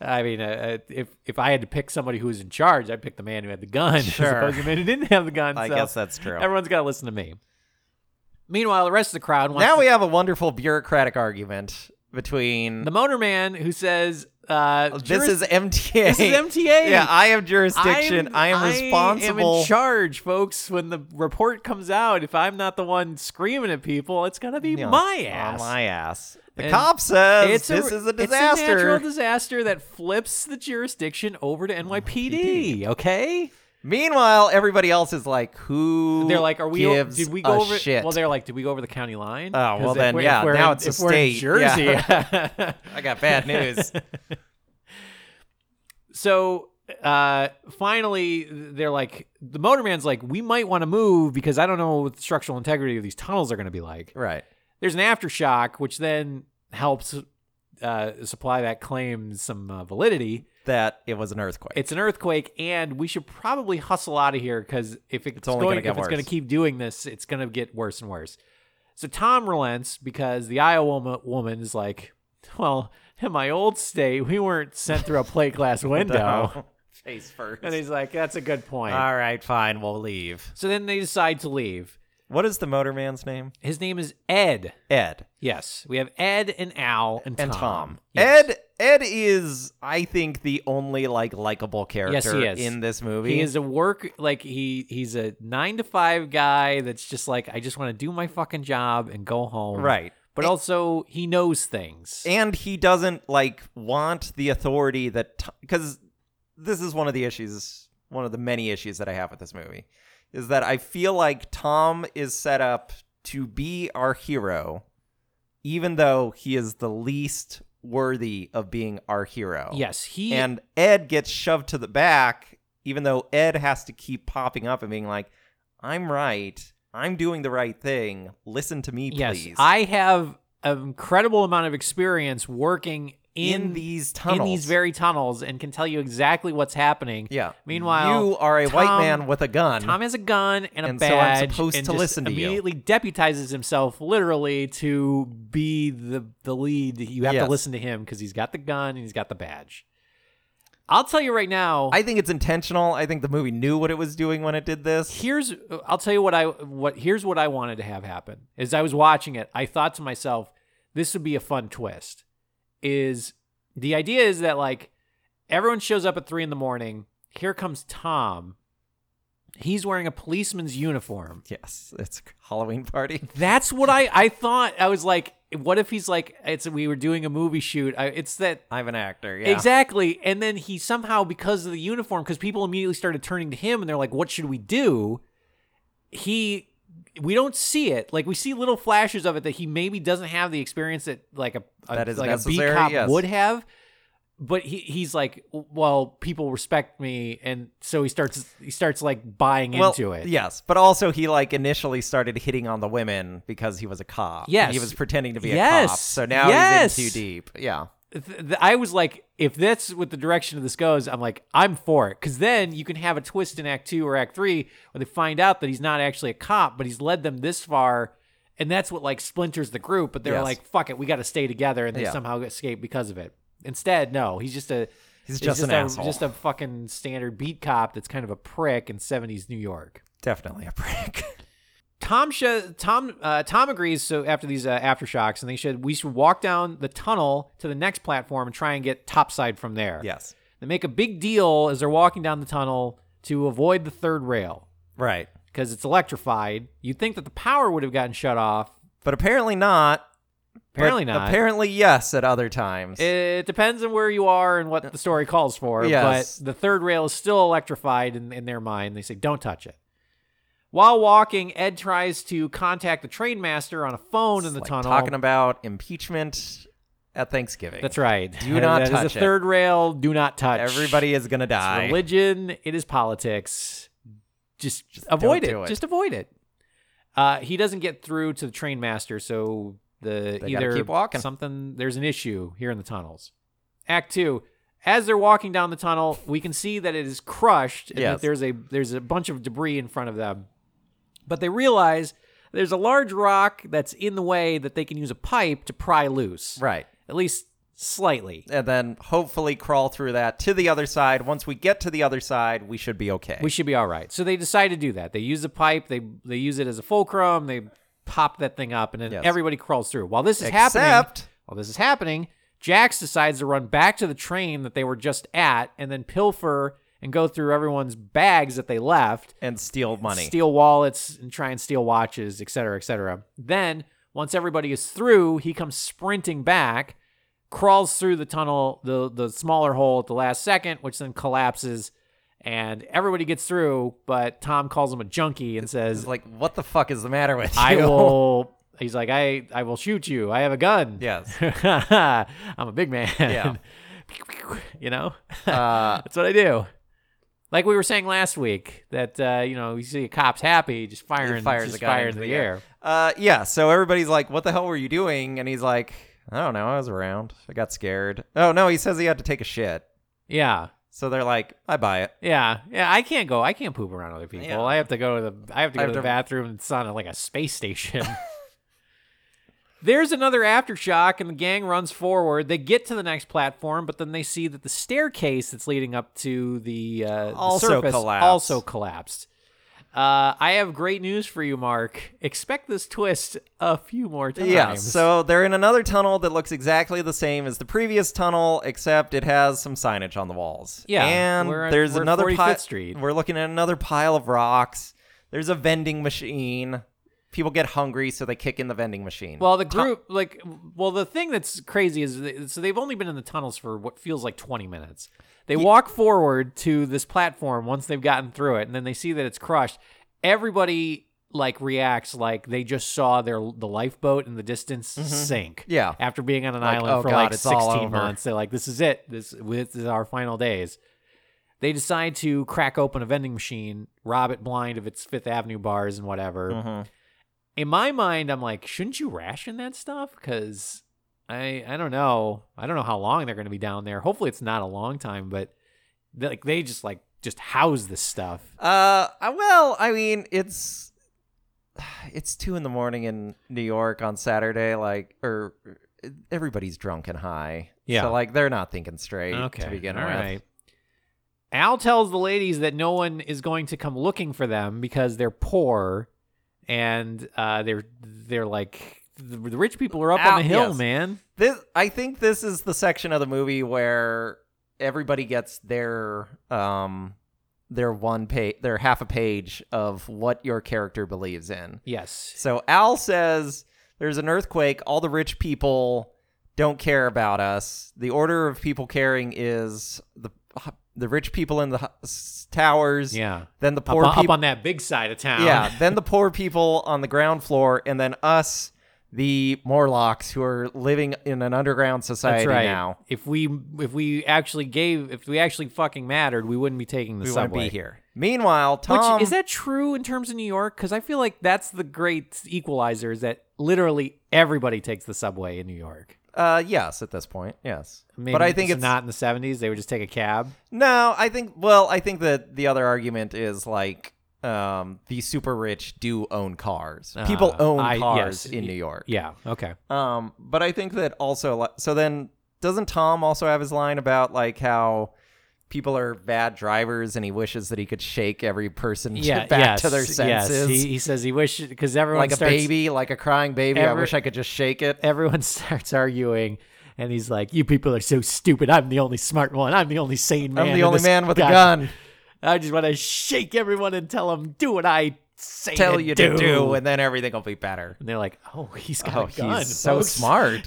[SPEAKER 4] I mean, uh, uh, if if I had to pick somebody who was in charge, I'd pick the man who had the gun.
[SPEAKER 5] Sure.
[SPEAKER 4] As opposed to the man who didn't have the gun.
[SPEAKER 5] I
[SPEAKER 4] so
[SPEAKER 5] guess that's true.
[SPEAKER 4] Everyone's got to listen to me. Meanwhile, the rest of the crowd wants
[SPEAKER 5] now
[SPEAKER 4] to,
[SPEAKER 5] we have a wonderful bureaucratic argument between
[SPEAKER 4] the motorman who says, uh,
[SPEAKER 5] this
[SPEAKER 4] "Juris-
[SPEAKER 5] is MTA.
[SPEAKER 4] This is MTA.
[SPEAKER 5] Yeah, I have jurisdiction. I'm,
[SPEAKER 4] I am
[SPEAKER 5] responsible.
[SPEAKER 4] in charge, folks. When the report comes out, if I'm not the one screaming at people, it's gonna be
[SPEAKER 5] Yeah,
[SPEAKER 4] my
[SPEAKER 5] on
[SPEAKER 4] ass.
[SPEAKER 5] my ass. The
[SPEAKER 4] And
[SPEAKER 5] cop says
[SPEAKER 4] it's
[SPEAKER 5] this
[SPEAKER 4] a,
[SPEAKER 5] is a
[SPEAKER 4] It's a natural
[SPEAKER 5] disaster. Mm,
[SPEAKER 4] disaster that flips the jurisdiction over to NYPD. Okay,
[SPEAKER 5] Meanwhile, everybody else is like, who?
[SPEAKER 4] they're like, "Are we?
[SPEAKER 5] Gives
[SPEAKER 4] did we go
[SPEAKER 5] a
[SPEAKER 4] over?
[SPEAKER 5] Shit?
[SPEAKER 4] Well, they're like, "Did we go over the county line?
[SPEAKER 5] Oh,
[SPEAKER 4] 'Cause
[SPEAKER 5] well
[SPEAKER 4] if
[SPEAKER 5] then,
[SPEAKER 4] we're-
[SPEAKER 5] yeah,
[SPEAKER 4] If we're
[SPEAKER 5] now
[SPEAKER 4] in,
[SPEAKER 5] it's a
[SPEAKER 4] if we're in
[SPEAKER 5] state,
[SPEAKER 4] Jersey.
[SPEAKER 5] I got bad news.
[SPEAKER 4] so uh, finally, they're like, the motorman's like, "We might want to move because I don't know what the structural integrity of these tunnels are going to be like."
[SPEAKER 5] right.
[SPEAKER 4] there's an aftershock, which then helps uh, supply that claim some uh, validity.
[SPEAKER 5] that it was an earthquake.
[SPEAKER 4] It's an earthquake, and we should probably hustle out of here because if it's,
[SPEAKER 5] only
[SPEAKER 4] going,
[SPEAKER 5] gonna get
[SPEAKER 4] if it's going
[SPEAKER 5] worse.
[SPEAKER 4] to keep doing this, it's going to get worse and worse. So Tom relents because the Iowa woman- woman is like, "Well, in my old state, we weren't sent through a plate glass window."
[SPEAKER 5] face first.
[SPEAKER 4] And he's like, "That's a good point."
[SPEAKER 5] All right, fine, we'll leave.
[SPEAKER 4] So then they decide to leave.
[SPEAKER 5] What is the motorman's name?
[SPEAKER 4] His name is Ed.
[SPEAKER 5] Ed
[SPEAKER 4] Yes, we have Ed and Al and Tom.
[SPEAKER 5] and Tom.
[SPEAKER 4] Yes.
[SPEAKER 5] Ed Ed is, I think, the only like likable
[SPEAKER 4] Yes,
[SPEAKER 5] character
[SPEAKER 4] he is
[SPEAKER 5] in this movie.
[SPEAKER 4] He is a work like he he's a nine to five guy that's just like I just want to do my fucking job and go home.
[SPEAKER 5] Right.
[SPEAKER 4] But also he knows things.
[SPEAKER 5] and he doesn't like want the authority that because this is one of the issues one of the many issues that i have with this movie is that i feel like tom is set up to be our hero even though he is the least worthy of being our hero
[SPEAKER 4] yes, he
[SPEAKER 5] and ed gets shoved to the back even though ed has to keep popping up and being like i'm right i'm doing the right thing listen to me
[SPEAKER 4] yes,
[SPEAKER 5] please
[SPEAKER 4] I have an incredible amount of experience working in,
[SPEAKER 5] in, these tunnels
[SPEAKER 4] in these very tunnels and can tell you exactly what's happening.
[SPEAKER 5] Yeah.
[SPEAKER 4] Meanwhile,
[SPEAKER 5] you are a white
[SPEAKER 4] Tom-
[SPEAKER 5] man with a gun.
[SPEAKER 4] Tom has a gun and a
[SPEAKER 5] And so I'm
[SPEAKER 4] badge.
[SPEAKER 5] supposed
[SPEAKER 4] and
[SPEAKER 5] to
[SPEAKER 4] just
[SPEAKER 5] listen to you.
[SPEAKER 4] immediately deputizes himself literally to be the the lead. You have
[SPEAKER 5] Yes.
[SPEAKER 4] to listen to him because he's got the gun and he's got the badge. I'll tell you right now.
[SPEAKER 5] I think it's intentional. I think the movie knew what it was doing when it did this.
[SPEAKER 4] here's I'll tell you what I what here's what I wanted to have happen. As I was watching it, I thought to myself, this would be a fun twist. Is the idea is that like everyone shows up at three in the morning. Here comes Tom. He's wearing a policeman's uniform.
[SPEAKER 5] Yes, it's a Halloween party.
[SPEAKER 4] That's what I I thought. I was like, what if he's like, it's we were doing a movie shoot. I, it's that
[SPEAKER 5] I'm an actor. Yeah.
[SPEAKER 4] exactly. And then he somehow because of the uniform, because people immediately started turning to him and they're like, what should we do? He. We don't see it. Like we see little flashes of it that he maybe doesn't have the experience that like a, a-
[SPEAKER 5] That is
[SPEAKER 4] like a B
[SPEAKER 5] necessary,
[SPEAKER 4] cop
[SPEAKER 5] yes.
[SPEAKER 4] would have. But he, he's like, well, people respect me, and so he starts he starts like buying
[SPEAKER 5] Well,
[SPEAKER 4] into it.
[SPEAKER 5] Yes, but also he like initially started hitting on the women because he was a cop.
[SPEAKER 4] Yes.
[SPEAKER 5] he was pretending to be a cop.
[SPEAKER 4] Yes.
[SPEAKER 5] So now
[SPEAKER 4] Yes.
[SPEAKER 5] he's in too deep. Yeah,
[SPEAKER 4] th- th- I was like, if that's what the direction of this goes, I'm like, I'm for it. Because then you can have a twist in Act Two or Act Three where they find out that he's not actually a cop, but he's led them this far. And that's what like splinters the group. But they're
[SPEAKER 5] Yes.
[SPEAKER 4] like, fuck it, we got to stay together. And they
[SPEAKER 5] Yeah.
[SPEAKER 4] somehow escape because of it. Instead, no, he's just a.
[SPEAKER 5] He's just an
[SPEAKER 4] a,
[SPEAKER 5] asshole.
[SPEAKER 4] Just a fucking standard beat cop that's kind of a prick in 70s New York.
[SPEAKER 5] definitely a prank.
[SPEAKER 4] Tom sho- Tom uh, Tom agrees. So after these uh, aftershocks, and they should we should walk down the tunnel to the next platform and try and get topside from there.
[SPEAKER 5] yes,
[SPEAKER 4] They make a big deal as they're walking down the tunnel to avoid the third rail
[SPEAKER 5] right,
[SPEAKER 4] because it's electrified. You'd think that the power would have gotten shut off.
[SPEAKER 5] but apparently not. But
[SPEAKER 4] Apparently not.
[SPEAKER 5] Apparently yes. At other times.
[SPEAKER 4] It depends on where you are and what the story calls for.
[SPEAKER 5] Uh, Yes.
[SPEAKER 4] But the third rail is still electrified in, in their mind. They say, don't touch it. While walking, Ed tries to contact the train master on a phone in the
[SPEAKER 5] like
[SPEAKER 4] tunnel.
[SPEAKER 5] talking about impeachment at Thanksgiving.
[SPEAKER 4] That's right.
[SPEAKER 5] Do not
[SPEAKER 4] That is
[SPEAKER 5] touch
[SPEAKER 4] the
[SPEAKER 5] it.
[SPEAKER 4] third rail. Do not touch.
[SPEAKER 5] Everybody is gonna
[SPEAKER 4] It's
[SPEAKER 5] die.
[SPEAKER 4] religion. It is politics. Just, avoid
[SPEAKER 5] don't
[SPEAKER 4] it.
[SPEAKER 5] do it.
[SPEAKER 4] Just avoid it. Uh, he doesn't get through to the train master, so the
[SPEAKER 5] gotta
[SPEAKER 4] either
[SPEAKER 5] keep walking.
[SPEAKER 4] something there's an issue here in the tunnels. Act two. As they're walking down the tunnel, we can see that it is crushed and
[SPEAKER 5] Yes.
[SPEAKER 4] that there's a there's a bunch of debris in front of them. But they realize there's a large rock that's in the way that they can use a pipe to pry loose.
[SPEAKER 5] Right.
[SPEAKER 4] At least slightly.
[SPEAKER 5] and then hopefully crawl through that to the other side. Once we get to the other side, we should be okay.
[SPEAKER 4] We should be all right. So they decide to do that. They use a pipe. They they use it as a fulcrum. They pop that thing up, and then
[SPEAKER 5] Yes.
[SPEAKER 4] everybody crawls through. While this is
[SPEAKER 5] Except-
[SPEAKER 4] happening, while this is happening, Jax decides to run back to the train that they were just at, and then pilfer and go through everyone's bags that they left,
[SPEAKER 5] and steal money.
[SPEAKER 4] steal wallets, and try and steal watches, et cetera, et cetera. Then once everybody is through, he comes sprinting back. Crawls through the tunnel, the the smaller hole at the last second, which then collapses and everybody gets through, but Tom calls him a junkie and says,
[SPEAKER 5] It's like, what the fuck is the matter with you?
[SPEAKER 4] "I will." He's like, "I I will shoot you. I have a gun."
[SPEAKER 5] Yes.
[SPEAKER 4] I'm a big man.
[SPEAKER 5] Yeah.
[SPEAKER 4] you know,
[SPEAKER 5] Uh,
[SPEAKER 4] that's what I do. Like we were saying last week, that uh, you know, you see a cop's happy, just firing,
[SPEAKER 5] fires
[SPEAKER 4] just
[SPEAKER 5] the guy
[SPEAKER 4] fires
[SPEAKER 5] into
[SPEAKER 4] the,
[SPEAKER 5] the
[SPEAKER 4] air.
[SPEAKER 5] Uh, yeah. So everybody's like, "What the hell were you doing?" And he's like, "I don't know. I was around. I got scared." Oh no, he says he had to take a shit.
[SPEAKER 4] Yeah,
[SPEAKER 5] So they're like, "I buy it."
[SPEAKER 4] yeah, yeah. I can't go. I can't poop around other people.
[SPEAKER 5] Yeah.
[SPEAKER 4] I have to go to the. I have to go
[SPEAKER 5] I have
[SPEAKER 4] to the
[SPEAKER 5] to-
[SPEAKER 4] bathroom. And it's on like a space station. There's another aftershock, and the gang runs forward. They get to the next platform, but then they see that the staircase that's leading up to the, uh, the
[SPEAKER 5] Also
[SPEAKER 4] surface
[SPEAKER 5] collapsed.
[SPEAKER 4] also collapsed. Uh, I have great news for you, Mark. Expect this twist a few more times.
[SPEAKER 5] Yeah, so they're in another tunnel that looks exactly the same as the previous tunnel, except it has some signage on the walls.
[SPEAKER 4] Yeah,
[SPEAKER 5] and
[SPEAKER 4] we're at-
[SPEAKER 5] there's
[SPEAKER 4] we're at
[SPEAKER 5] another
[SPEAKER 4] 45th
[SPEAKER 5] pile.
[SPEAKER 4] Street.
[SPEAKER 5] We're looking at another pile of rocks. There's a vending machine. People get hungry, so they kick in the vending machine.
[SPEAKER 4] Well, the group, like, well, the thing that's crazy is th- so they've only been in the tunnels for what feels like 20 minutes. They walk forward to this platform once they've gotten through it, and then they see that it's crushed. Everybody like reacts like they just saw their the lifeboat in the distance sink.
[SPEAKER 5] Yeah.
[SPEAKER 4] after being on an
[SPEAKER 5] Like,
[SPEAKER 4] island
[SPEAKER 5] oh
[SPEAKER 4] for
[SPEAKER 5] God,
[SPEAKER 4] like
[SPEAKER 5] it's all
[SPEAKER 4] 16
[SPEAKER 5] over.
[SPEAKER 4] months, they're like, "This is it. This, this is our final days." They decide to crack open a vending machine, rob it blind of its Fifth Avenue bars and whatever
[SPEAKER 5] Mhm.
[SPEAKER 4] in my mind, I'm like, shouldn't you ration that stuff? Because I I don't know. I don't know how long they're going to be down there. Hopefully, it's not a long time. But they, like they just like just house this stuff.
[SPEAKER 5] Uh, I- well, I mean, it's it's two in the morning in New York on Saturday, like, or everybody's drunk and high.
[SPEAKER 4] Yeah.
[SPEAKER 5] so like they're not thinking straight to begin
[SPEAKER 4] all
[SPEAKER 5] with.
[SPEAKER 4] right. Al tells the ladies that no one is going to come looking for them because they're poor, and uh, they're they're like the, the rich people are up
[SPEAKER 5] Al-
[SPEAKER 4] on the hill,
[SPEAKER 5] yes.
[SPEAKER 4] man.
[SPEAKER 5] This I think this is the section of the movie where everybody gets their um their one page their half a page of what your character believes in.
[SPEAKER 4] Yes,
[SPEAKER 5] So Al says there's an earthquake, all the rich people don't care about us. The order of people caring is the the rich people in the hu- s- towers,
[SPEAKER 4] yeah.
[SPEAKER 5] then the
[SPEAKER 4] Up,
[SPEAKER 5] poor
[SPEAKER 4] on- up
[SPEAKER 5] people
[SPEAKER 4] on that big side of town.
[SPEAKER 5] yeah, then the poor people on the ground floor, and then us, the Morlocks, who are living in an underground society now.
[SPEAKER 4] If we if we actually gave if we actually fucking mattered, we wouldn't be taking the
[SPEAKER 5] We want to
[SPEAKER 4] subway
[SPEAKER 5] be here. Um, Meanwhile,
[SPEAKER 4] Which
[SPEAKER 5] Tom
[SPEAKER 4] is that true in terms of New York? Because I feel like that's the great equalizer is that literally everybody takes the subway in New York.
[SPEAKER 5] Uh, yes, at this point, yes.
[SPEAKER 4] Maybe
[SPEAKER 5] but I think
[SPEAKER 4] so
[SPEAKER 5] it's
[SPEAKER 4] not in the seventies. They would just take a cab.
[SPEAKER 5] No, I think. Well, I think that the other argument is like. Um, the super rich do own cars. People
[SPEAKER 4] Uh,
[SPEAKER 5] own
[SPEAKER 4] I-
[SPEAKER 5] cars
[SPEAKER 4] yes.
[SPEAKER 5] in New York.
[SPEAKER 4] Yeah. Okay.
[SPEAKER 5] Um, but I think that also, li- so then doesn't Tom also have his line about like how people are bad drivers and he wishes that he could shake every person
[SPEAKER 4] Yeah.
[SPEAKER 5] back
[SPEAKER 4] yes,
[SPEAKER 5] to their
[SPEAKER 4] Yes.
[SPEAKER 5] senses?
[SPEAKER 4] He, he says he wishes because everyone
[SPEAKER 5] like a
[SPEAKER 4] starts-
[SPEAKER 5] baby, like a crying baby. I
[SPEAKER 4] Every-
[SPEAKER 5] wish I could just shake it.
[SPEAKER 4] Everyone starts arguing. And he's like, "You people are so stupid. I'm the only smart one. I'm the only sane man.
[SPEAKER 5] I'm
[SPEAKER 4] in
[SPEAKER 5] the only
[SPEAKER 4] this
[SPEAKER 5] man with a
[SPEAKER 4] goddamn
[SPEAKER 5] gun.
[SPEAKER 4] I just want to shake everyone and tell them, do what I say
[SPEAKER 5] Tell
[SPEAKER 4] to
[SPEAKER 5] you
[SPEAKER 4] do.
[SPEAKER 5] to do, and then everything will be better.
[SPEAKER 4] And they're like, oh, he's got
[SPEAKER 5] Oh,
[SPEAKER 4] a gun.
[SPEAKER 5] he's so
[SPEAKER 4] folks."
[SPEAKER 5] smart.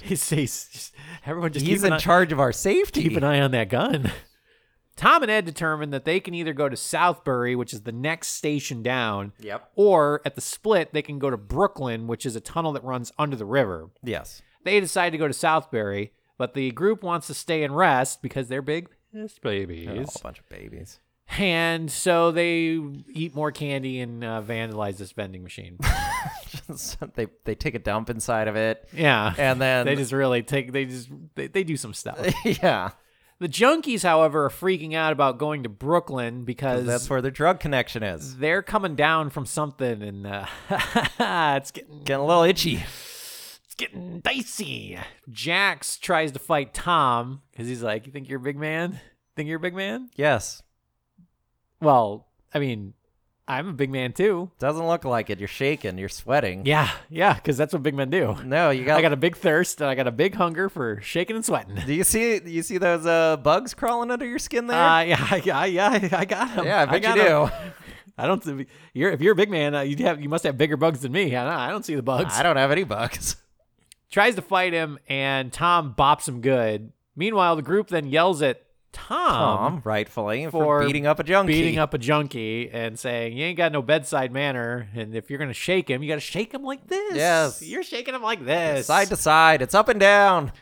[SPEAKER 4] He's, he's just, everyone just
[SPEAKER 5] He's
[SPEAKER 4] keep an
[SPEAKER 5] in
[SPEAKER 4] eye-
[SPEAKER 5] charge of our safety.
[SPEAKER 4] Keep an eye on that gun. Tom and Ed determine that they can either go to Southbury, which is the next station down,
[SPEAKER 5] Yep.
[SPEAKER 4] or at the split, they can go to Brooklyn, which is a tunnel that runs under the river.
[SPEAKER 5] Yes.
[SPEAKER 4] They decide to go to Southbury, but the group wants to stay and rest because they're big pissed babies.
[SPEAKER 5] They're all a bunch of babies.
[SPEAKER 4] And so they eat more candy and uh, vandalize this vending machine.
[SPEAKER 5] So they they take a dump inside of it,
[SPEAKER 4] Yeah.
[SPEAKER 5] and then
[SPEAKER 4] they just really take, they just, they, they do some stuff.
[SPEAKER 5] yeah,
[SPEAKER 4] the junkies, however, are freaking out about going to Brooklyn because
[SPEAKER 5] that's where the drug connection is.
[SPEAKER 4] they're coming down from something and uh, it's getting
[SPEAKER 5] Getting a little itchy.
[SPEAKER 4] it's getting dicey. Jax tries to fight Tom because he's like, You think you're a big man? Think you're a big man?
[SPEAKER 5] Yes.
[SPEAKER 4] Well, I mean, I'm a big man too.
[SPEAKER 5] Doesn't look like it. You're shaking. You're sweating.
[SPEAKER 4] Yeah, yeah, because that's what big men do.
[SPEAKER 5] No, you got.
[SPEAKER 4] I got a big thirst and I got a big hunger for shaking and sweating.
[SPEAKER 5] do you see? Do you see those uh, bugs crawling under your skin there?
[SPEAKER 4] Uh, yeah, I, I, yeah, I got him.
[SPEAKER 5] yeah, I bet
[SPEAKER 4] got
[SPEAKER 5] you
[SPEAKER 4] 'em.
[SPEAKER 5] do.
[SPEAKER 4] I don't. th- You're if you're a big man, uh, you have you must have bigger bugs than me. I don't, I don't see the bugs. Um,
[SPEAKER 5] I don't have any bugs.
[SPEAKER 4] Tries to fight him, and Tom bops him good. Meanwhile, the group then yells at Tom,
[SPEAKER 5] Tom, rightfully, for,
[SPEAKER 4] for
[SPEAKER 5] beating up a junkie.
[SPEAKER 4] beating up a junkie, and saying, "You ain't got no bedside manner, and if you're gonna shake him, you gotta shake him like this.
[SPEAKER 5] Yes.
[SPEAKER 4] you're shaking him like this.
[SPEAKER 5] Side to side, it's up and down.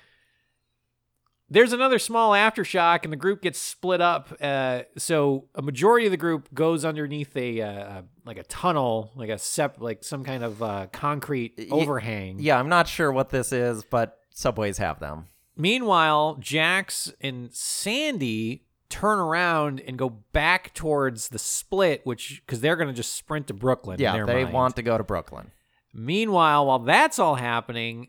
[SPEAKER 4] There's another small aftershock, and the group gets split up. Uh, so a majority of the group goes underneath a uh, like a tunnel, like a sep, like some kind of uh, concrete overhang.
[SPEAKER 5] Yeah, I'm not sure what this is, but subways have them.
[SPEAKER 4] Meanwhile, Jax and Sandy turn around and go back towards the split, which because they're going to just sprint to Brooklyn. in
[SPEAKER 5] Yeah,
[SPEAKER 4] their
[SPEAKER 5] they
[SPEAKER 4] mind.
[SPEAKER 5] want to go to Brooklyn.
[SPEAKER 4] Meanwhile, while that's all happening,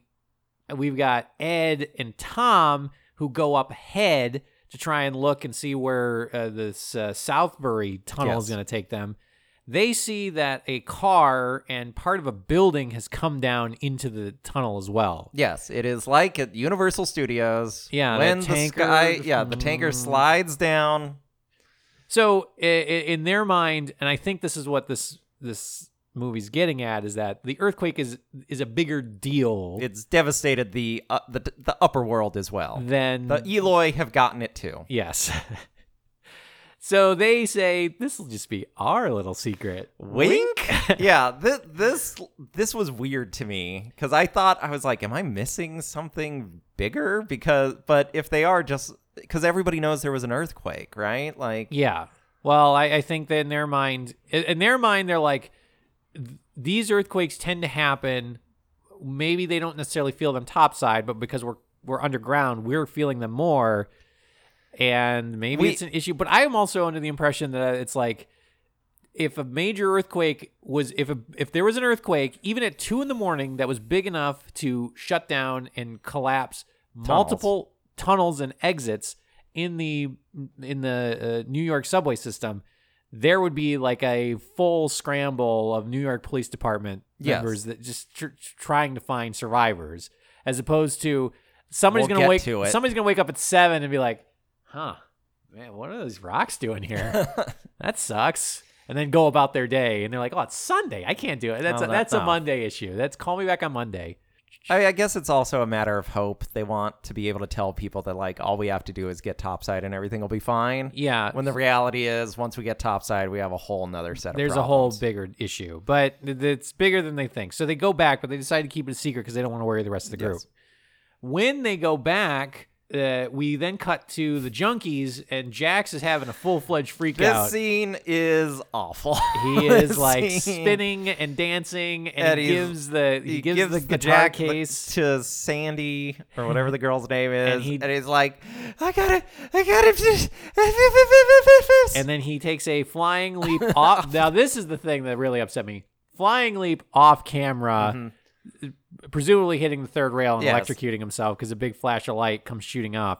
[SPEAKER 4] we've got Ed and Tom who go up ahead to try and look and see where uh, this uh, Southbury tunnel is
[SPEAKER 5] Yes.
[SPEAKER 4] going to take them. They see that a car and part of a building has come down into the tunnel as well.
[SPEAKER 5] Yes, it is like at Universal Studios.
[SPEAKER 4] Yeah, that
[SPEAKER 5] when the
[SPEAKER 4] tanker-
[SPEAKER 5] sky, yeah, the tanker slides down.
[SPEAKER 4] So i- i- in their mind, and I think this is what this this movie's getting at is that the earthquake is is a bigger deal
[SPEAKER 5] It's devastated the uh, the the upper world as well.
[SPEAKER 4] than
[SPEAKER 5] The Eloi have gotten it too.
[SPEAKER 4] Yes. so they say this will just be our little secret.
[SPEAKER 5] Wink? yeah, this this this was weird to me cuz I thought I was like am I missing something bigger because but if they are just cuz everybody knows there was an earthquake, right? Like
[SPEAKER 4] Yeah. Well, I, I think that in their mind, in- in their mind, they're like, "Th- these earthquakes tend to happen. Maybe they don't necessarily feel them topside, but because we're we're underground, we're feeling them more. And maybe
[SPEAKER 5] We-
[SPEAKER 4] it's an issue. But I am also under the impression that it's like, if a major earthquake was if a, if there was an earthquake even at two in the morning that was big enough to shut down and collapse multiple tunnels and exits in the in the uh, New York subway system, there would be like a full scramble of New York Police Department
[SPEAKER 5] Yes.
[SPEAKER 4] members that just tr- tr- trying to find survivors, as opposed to somebody's
[SPEAKER 5] We'll
[SPEAKER 4] gonna
[SPEAKER 5] get
[SPEAKER 4] wake
[SPEAKER 5] to it.
[SPEAKER 4] somebody's gonna wake up at seven and be like, huh, man, what are those rocks doing here? that sucks. And then go about their day, and they're like, "Oh, it's Sunday. I can't do it. Oh, That's a,
[SPEAKER 5] No, that-
[SPEAKER 4] that's a
[SPEAKER 5] no.
[SPEAKER 4] Monday issue. That's call me back on Monday."
[SPEAKER 5] I, I guess it's also a matter of hope. They want to be able to tell people that like all we have to do is get topside and everything will be fine.
[SPEAKER 4] Yeah.
[SPEAKER 5] When the reality is once we get topside, we have a whole nother set of
[SPEAKER 4] There's a whole
[SPEAKER 5] problems.
[SPEAKER 4] bigger issue, but th- it's bigger than they think. So they go back, but they decide to keep it a secret because they don't want to worry the rest of the group. When they go back, uh, we then cut to the junkies, and Jax is having a full fledged freak
[SPEAKER 5] This
[SPEAKER 4] out.
[SPEAKER 5] scene is awful.
[SPEAKER 4] he
[SPEAKER 5] This
[SPEAKER 4] is like
[SPEAKER 5] scene-
[SPEAKER 4] spinning and dancing, and,
[SPEAKER 5] And
[SPEAKER 4] he
[SPEAKER 5] he's-
[SPEAKER 4] gives the he, gives, the guitar
[SPEAKER 5] jack
[SPEAKER 4] case.
[SPEAKER 5] to Sandy or whatever the girl's name is,
[SPEAKER 4] And he-
[SPEAKER 5] and, he's like, "I got it, I got it."
[SPEAKER 4] and then he takes a flying leap off. now this is the thing that really upset me. Flying leap off camera, presumably hitting the third rail and
[SPEAKER 5] Mm-hmm. Yes.
[SPEAKER 4] electrocuting himself because a big flash of light comes shooting off.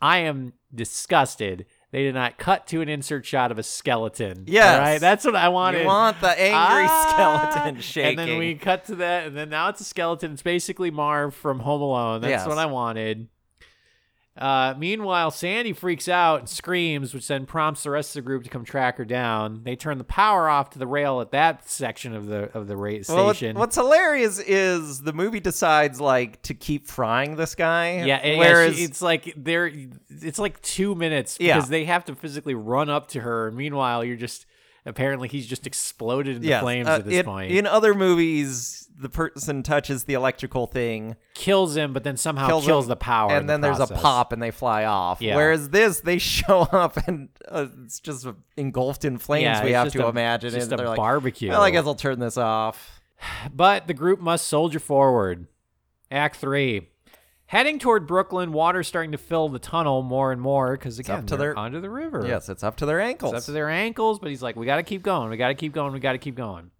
[SPEAKER 4] I am disgusted. They did not cut to an insert shot of a skeleton.
[SPEAKER 5] Yes.
[SPEAKER 4] All right? that's what I wanted.
[SPEAKER 5] you want the angry
[SPEAKER 4] Ah!
[SPEAKER 5] skeleton shaking,
[SPEAKER 4] And then we cut to that, and then now it's a skeleton. It's basically Marv from Home Alone. That's
[SPEAKER 5] Yes.
[SPEAKER 4] what I wanted. Uh, meanwhile, Sandy freaks out and screams, which then prompts the rest of the group to come track her down. They turn the power off to the rail at that section of the of the ra-
[SPEAKER 5] Well, what-
[SPEAKER 4] station.
[SPEAKER 5] what's hilarious is the movie decides like to keep frying this guy.
[SPEAKER 4] yeah, and- yeah,
[SPEAKER 5] whereas
[SPEAKER 4] she- it's like they're it's like two minutes
[SPEAKER 5] Yeah.
[SPEAKER 4] because they have to physically run up to her. And meanwhile, you're just apparently he's just exploded into
[SPEAKER 5] yes,
[SPEAKER 4] flames
[SPEAKER 5] uh,
[SPEAKER 4] at this
[SPEAKER 5] in-
[SPEAKER 4] point.
[SPEAKER 5] In other movies, the person touches the electrical thing,
[SPEAKER 4] kills him, but then somehow kills,
[SPEAKER 5] him,
[SPEAKER 4] the power. in
[SPEAKER 5] and
[SPEAKER 4] the
[SPEAKER 5] then there's a
[SPEAKER 4] process.
[SPEAKER 5] pop, and they fly off.
[SPEAKER 4] Yeah.
[SPEAKER 5] Whereas this, they show up, and uh, it's just engulfed in flames.
[SPEAKER 4] Yeah,
[SPEAKER 5] we
[SPEAKER 4] it's
[SPEAKER 5] have
[SPEAKER 4] just
[SPEAKER 5] to
[SPEAKER 4] a-
[SPEAKER 5] imagine,
[SPEAKER 4] just
[SPEAKER 5] and
[SPEAKER 4] a
[SPEAKER 5] they're like,
[SPEAKER 4] barbecue.
[SPEAKER 5] Well, I guess I'll turn this off.
[SPEAKER 4] But the group must soldier forward. Act three. Heading toward Brooklyn, water's starting to fill the tunnel more and more because again,
[SPEAKER 5] up to
[SPEAKER 4] they're
[SPEAKER 5] their-
[SPEAKER 4] under the river.
[SPEAKER 5] Yes, it's up to their ankles.
[SPEAKER 4] It's up to their ankles, but he's like, we got to keep going. We got to keep going. We got to keep going.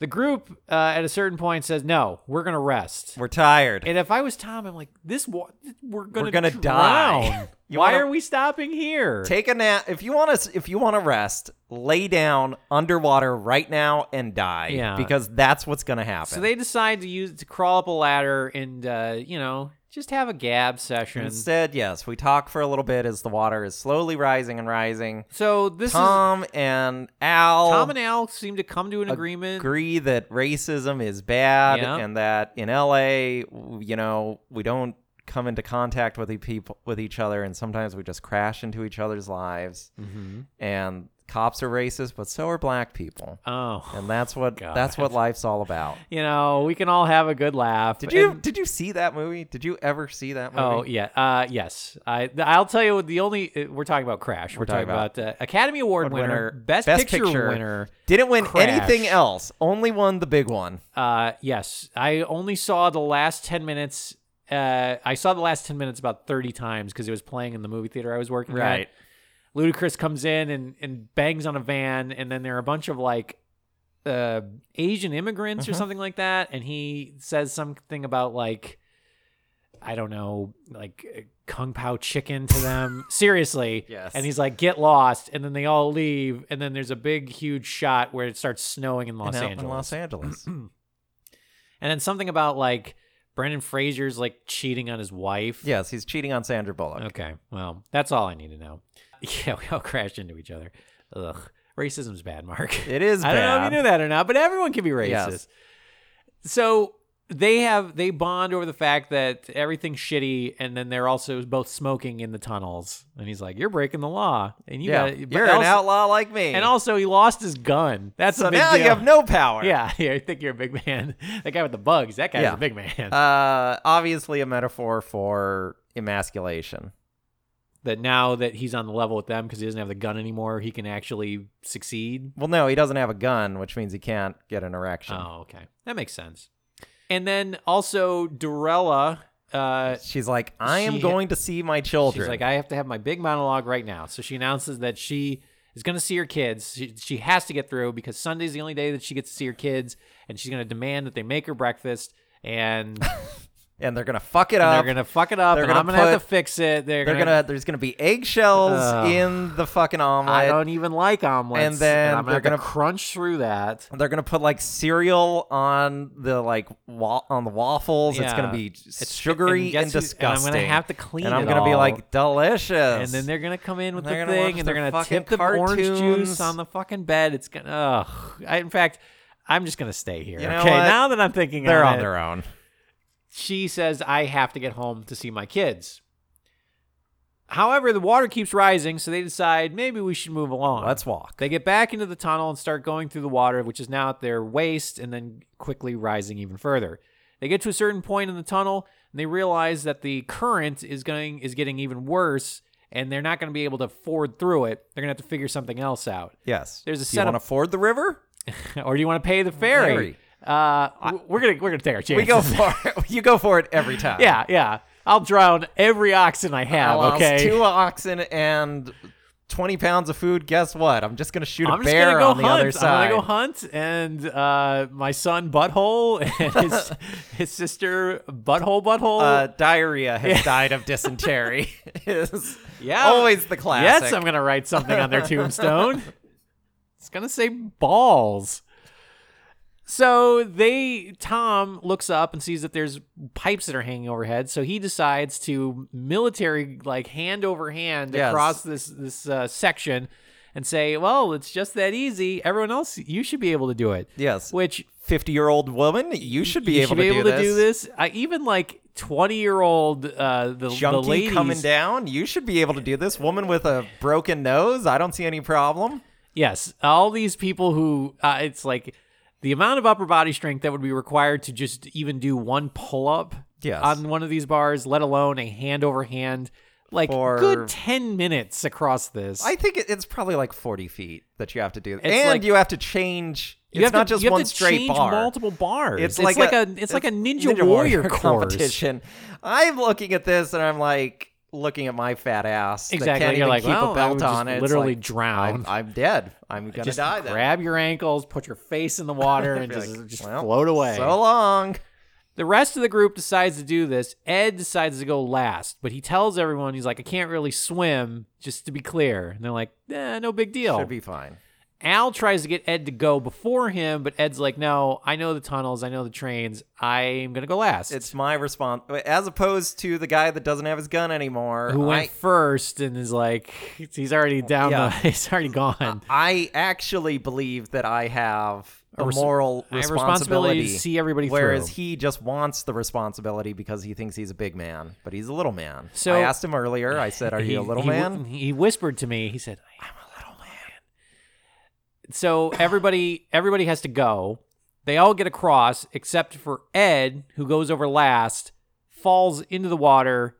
[SPEAKER 4] The group uh, at a certain point says, no, we're going to rest.
[SPEAKER 5] We're tired.
[SPEAKER 4] and if I was Tom, I'm like, this wa- we're going
[SPEAKER 5] We're gonna
[SPEAKER 4] drown.
[SPEAKER 5] die. You
[SPEAKER 4] Why
[SPEAKER 5] wanna-
[SPEAKER 4] are we stopping here?
[SPEAKER 5] Take a nap if you want to. If you want to rest, lay down underwater right now and die.
[SPEAKER 4] Yeah.
[SPEAKER 5] because that's what's gonna happen.
[SPEAKER 4] so they decide to use to crawl up a ladder and, uh, you know, just have a gab session.
[SPEAKER 5] instead, yes, we talk for a little bit as the water is slowly rising and rising.
[SPEAKER 4] so this is
[SPEAKER 5] Tom and Al.
[SPEAKER 4] Tom and Al seem to come to an agreement.
[SPEAKER 5] agree that racism is bad
[SPEAKER 4] Yeah.
[SPEAKER 5] and that in LA, w- you know, we don't come into contact
[SPEAKER 4] Mm-hmm.
[SPEAKER 5] with the people with each other and sometimes we just crash into each other's lives. And cops are racist, but so are black people.
[SPEAKER 4] Oh.
[SPEAKER 5] and that's what that's what life's all about.
[SPEAKER 4] You know, we can all have a good laugh.
[SPEAKER 5] Did you
[SPEAKER 4] And-
[SPEAKER 5] did you see that movie? Did you ever see that movie?
[SPEAKER 4] Oh yeah, uh, yes. I th- I'll tell you the only uh, we're talking about Crash. We're, talking,
[SPEAKER 5] talking
[SPEAKER 4] about, uh, Academy Award winner, Best, Picture, winner.
[SPEAKER 5] Didn't win
[SPEAKER 4] Crash.
[SPEAKER 5] anything else. Only won the big one.
[SPEAKER 4] Uh, yes, I only saw the last ten minutes. Uh, I saw the last ten minutes about thirty times because it was playing in the movie theater I was working at.
[SPEAKER 5] Right.
[SPEAKER 4] Ludacris comes in and and bangs on a van, and then there are a bunch of like uh, Asian immigrants
[SPEAKER 5] Uh-huh.
[SPEAKER 4] or something like that, and he says something about like I don't know, like uh, kung pao chicken to them. Seriously,
[SPEAKER 5] Yes.
[SPEAKER 4] And he's like, "Get lost," and then they all leave, and then there's a big, huge shot where it starts snowing in Los
[SPEAKER 5] in, out
[SPEAKER 4] Angeles,
[SPEAKER 5] in Los Angeles.
[SPEAKER 4] and then something about like Brendan Fraser's like cheating on his wife.
[SPEAKER 5] yes, he's cheating on Sandra Bullock.
[SPEAKER 4] Okay. Well, that's all I need to know. Yeah, we all crashed into each other. Ugh. Racism's bad, Mark.
[SPEAKER 5] It is
[SPEAKER 4] I don't know if
[SPEAKER 5] bad.
[SPEAKER 4] you knew that or not, but everyone can be racist.
[SPEAKER 5] Yes.
[SPEAKER 4] So they have they bond over the fact that everything's shitty, and then they're also both smoking in the tunnels. And he's like, "You're breaking the law, and you
[SPEAKER 5] yeah,
[SPEAKER 4] gotta- but
[SPEAKER 5] you're an
[SPEAKER 4] also-
[SPEAKER 5] outlaw like me.
[SPEAKER 4] And also, he lost his gun. That's a
[SPEAKER 5] so
[SPEAKER 4] big
[SPEAKER 5] now you
[SPEAKER 4] deal.
[SPEAKER 5] have no power.
[SPEAKER 4] Yeah, yeah. I think you're a big man. That guy with the bugs. That guy's
[SPEAKER 5] Yeah.
[SPEAKER 4] a big man.
[SPEAKER 5] Uh, obviously a metaphor for emasculation.
[SPEAKER 4] that now that he's on the level with them because he doesn't have the gun anymore, he can actually succeed.
[SPEAKER 5] Well, no, he doesn't have a gun, which means he can't get an erection.
[SPEAKER 4] Oh, okay. That makes sense. And then also Dorella, uh,
[SPEAKER 5] She's like, I am
[SPEAKER 4] She-
[SPEAKER 5] going to see my children.
[SPEAKER 4] she's like, I have to have my big monologue right now. So she announces that she is going to see her kids. She, she has to get through because Sunday's the only day that she gets to see her kids, and she's going to demand that they make her breakfast. And
[SPEAKER 5] and they're gonna fuck it
[SPEAKER 4] they're
[SPEAKER 5] up.
[SPEAKER 4] going to fuck it up,
[SPEAKER 5] They're
[SPEAKER 4] and
[SPEAKER 5] gonna
[SPEAKER 4] I'm going to have
[SPEAKER 5] put-
[SPEAKER 4] to fix it. They're,
[SPEAKER 5] They're gonna. There's gonna be eggshells
[SPEAKER 4] Ugh.
[SPEAKER 5] in the fucking
[SPEAKER 4] I
[SPEAKER 5] omelet.
[SPEAKER 4] don't e-, even like omelets.
[SPEAKER 5] And then
[SPEAKER 4] I'm
[SPEAKER 5] they're
[SPEAKER 4] going to
[SPEAKER 5] gonna-
[SPEAKER 4] crunch through that.
[SPEAKER 5] They're gonna put like cereal on the like wa- on the waffles. It's
[SPEAKER 4] Yeah.
[SPEAKER 5] gonna be
[SPEAKER 4] It's-
[SPEAKER 5] sugary
[SPEAKER 4] and
[SPEAKER 5] and,
[SPEAKER 4] guess who- and I'm gonna
[SPEAKER 5] disgusting.
[SPEAKER 4] have to clean
[SPEAKER 5] And I'm
[SPEAKER 4] it
[SPEAKER 5] gonna be
[SPEAKER 4] all.
[SPEAKER 5] like delicious.
[SPEAKER 4] And then they're gonna come in with
[SPEAKER 5] And they're
[SPEAKER 4] the
[SPEAKER 5] gonna
[SPEAKER 4] thing,
[SPEAKER 5] watch
[SPEAKER 4] and they're
[SPEAKER 5] their
[SPEAKER 4] gonna tip the
[SPEAKER 5] fucking
[SPEAKER 4] orange juice
[SPEAKER 5] cartoons.
[SPEAKER 4] on the fucking bed. It's gonna. Ugh. I, in fact, I'm just gonna stay here.
[SPEAKER 5] You know
[SPEAKER 4] okay.
[SPEAKER 5] what?
[SPEAKER 4] Now that I'm thinking,
[SPEAKER 5] they're
[SPEAKER 4] on
[SPEAKER 5] on
[SPEAKER 4] it,
[SPEAKER 5] their own.
[SPEAKER 4] She says I have to get home to see my kids. However, the water keeps rising, so they decide maybe we should move along.
[SPEAKER 5] Let's walk.
[SPEAKER 4] They get back into the tunnel and start going through the water, which is now at their waist and then quickly rising even further. They get to a certain point in the tunnel and they realize that the current is going is getting even worse and they're not going to be able to ford through it. They're going to have to figure something else out.
[SPEAKER 5] Yes.
[SPEAKER 4] There's a
[SPEAKER 5] Do you want to
[SPEAKER 4] setup-
[SPEAKER 5] ford the river?
[SPEAKER 4] or do you want to pay the ferry?
[SPEAKER 5] Ferry.
[SPEAKER 4] Uh, w- we're going to we're going to take our chances.
[SPEAKER 5] We go for it. You go for it every time.
[SPEAKER 4] yeah, yeah. I'll drown every oxen I
[SPEAKER 5] I
[SPEAKER 4] have,
[SPEAKER 5] lost
[SPEAKER 4] okay?
[SPEAKER 5] two oxen and twenty pounds of food. Guess what? I'm just gonna shoot
[SPEAKER 4] I'm
[SPEAKER 5] a
[SPEAKER 4] just
[SPEAKER 5] bear
[SPEAKER 4] gonna go
[SPEAKER 5] on the
[SPEAKER 4] hunt.
[SPEAKER 5] other side.
[SPEAKER 4] I'm gonna go hunt, and uh, my son Butthole and his, his sister Butthole Butthole.
[SPEAKER 5] uh, diarrhea has died of dysentery. is
[SPEAKER 4] yeah,
[SPEAKER 5] always the classic.
[SPEAKER 4] Yes, I'm gonna write something on their tombstone. it's gonna say balls. So they Tom looks up and sees that there's pipes that are hanging overhead. So he decides to military like hand over hand
[SPEAKER 5] Yes.
[SPEAKER 4] across this this uh, section. And say, well, it's just that easy. Everyone else, you should be able to do it.
[SPEAKER 5] Yes.
[SPEAKER 4] Which
[SPEAKER 5] Fifty-year-old woman, you should be
[SPEAKER 4] you
[SPEAKER 5] able,
[SPEAKER 4] should be
[SPEAKER 5] to,
[SPEAKER 4] able
[SPEAKER 5] do
[SPEAKER 4] to do this. I even like twenty year old uh, the the
[SPEAKER 5] Junkie
[SPEAKER 4] ladies.
[SPEAKER 5] coming down, you should be able to do this. Woman with a broken nose, I don't see any problem.
[SPEAKER 4] Yes, all these people who uh, it's like the amount of upper body strength that would be required to just even do one pull up
[SPEAKER 5] Yes.
[SPEAKER 4] on one of these bars, let alone a hand over hand, like
[SPEAKER 5] For-
[SPEAKER 4] good ten minutes across this.
[SPEAKER 5] I think it- it's probably like forty feet that you have to do,
[SPEAKER 4] It's
[SPEAKER 5] and
[SPEAKER 4] like-
[SPEAKER 5] you have to change.
[SPEAKER 4] you
[SPEAKER 5] it's
[SPEAKER 4] have
[SPEAKER 5] not
[SPEAKER 4] to,
[SPEAKER 5] just
[SPEAKER 4] you have
[SPEAKER 5] one
[SPEAKER 4] to
[SPEAKER 5] straight
[SPEAKER 4] change
[SPEAKER 5] bar.
[SPEAKER 4] multiple bars.
[SPEAKER 5] It's,
[SPEAKER 4] like, a, it's like a Ninja, Warrior, course.
[SPEAKER 5] competition. I'm looking at this and I'm like looking at my fat ass. that
[SPEAKER 4] Exactly.
[SPEAKER 5] can't
[SPEAKER 4] You're
[SPEAKER 5] even
[SPEAKER 4] like,
[SPEAKER 5] keep
[SPEAKER 4] well,
[SPEAKER 5] a
[SPEAKER 4] I
[SPEAKER 5] belt
[SPEAKER 4] would just
[SPEAKER 5] on it. It's
[SPEAKER 4] literally
[SPEAKER 5] like,
[SPEAKER 4] drown.
[SPEAKER 5] I'm, I'm dead. I'm gonna
[SPEAKER 4] Just
[SPEAKER 5] die. Then.
[SPEAKER 4] grab your ankles, put your face in the water, and
[SPEAKER 5] Be
[SPEAKER 4] just,
[SPEAKER 5] like,
[SPEAKER 4] just
[SPEAKER 5] well,
[SPEAKER 4] float away.
[SPEAKER 5] So long.
[SPEAKER 4] The rest of the group decides to do this. Ed decides to go last, but he tells everyone he's like, I can't really swim, just to be clear. And they're like, eh, no big deal.
[SPEAKER 5] Should be fine.
[SPEAKER 4] Al tries to get Ed to go before him, but Ed's like, no, I know the tunnels, I know the trains, I'm going to go last.
[SPEAKER 5] It's my response, as opposed to the guy that doesn't have his gun anymore.
[SPEAKER 4] who went
[SPEAKER 5] I,
[SPEAKER 4] first and is like, he's already down,
[SPEAKER 5] Yeah.
[SPEAKER 4] the, he's already gone.
[SPEAKER 5] I actually believe that I have a,
[SPEAKER 4] res-
[SPEAKER 5] moral
[SPEAKER 4] I have
[SPEAKER 5] responsibility,
[SPEAKER 4] responsibility to see everybody
[SPEAKER 5] Whereas
[SPEAKER 4] through.
[SPEAKER 5] he just wants the responsibility because he thinks he's a big man, but he's a little man.
[SPEAKER 4] So-
[SPEAKER 5] I asked him earlier. I said, "Are
[SPEAKER 4] he,
[SPEAKER 5] you a little
[SPEAKER 4] he whi-
[SPEAKER 5] man?"
[SPEAKER 4] He whispered to me, he said, I'm a little man. so everybody everybody has to go. They all get across except for Ed, who goes over last, falls into the water.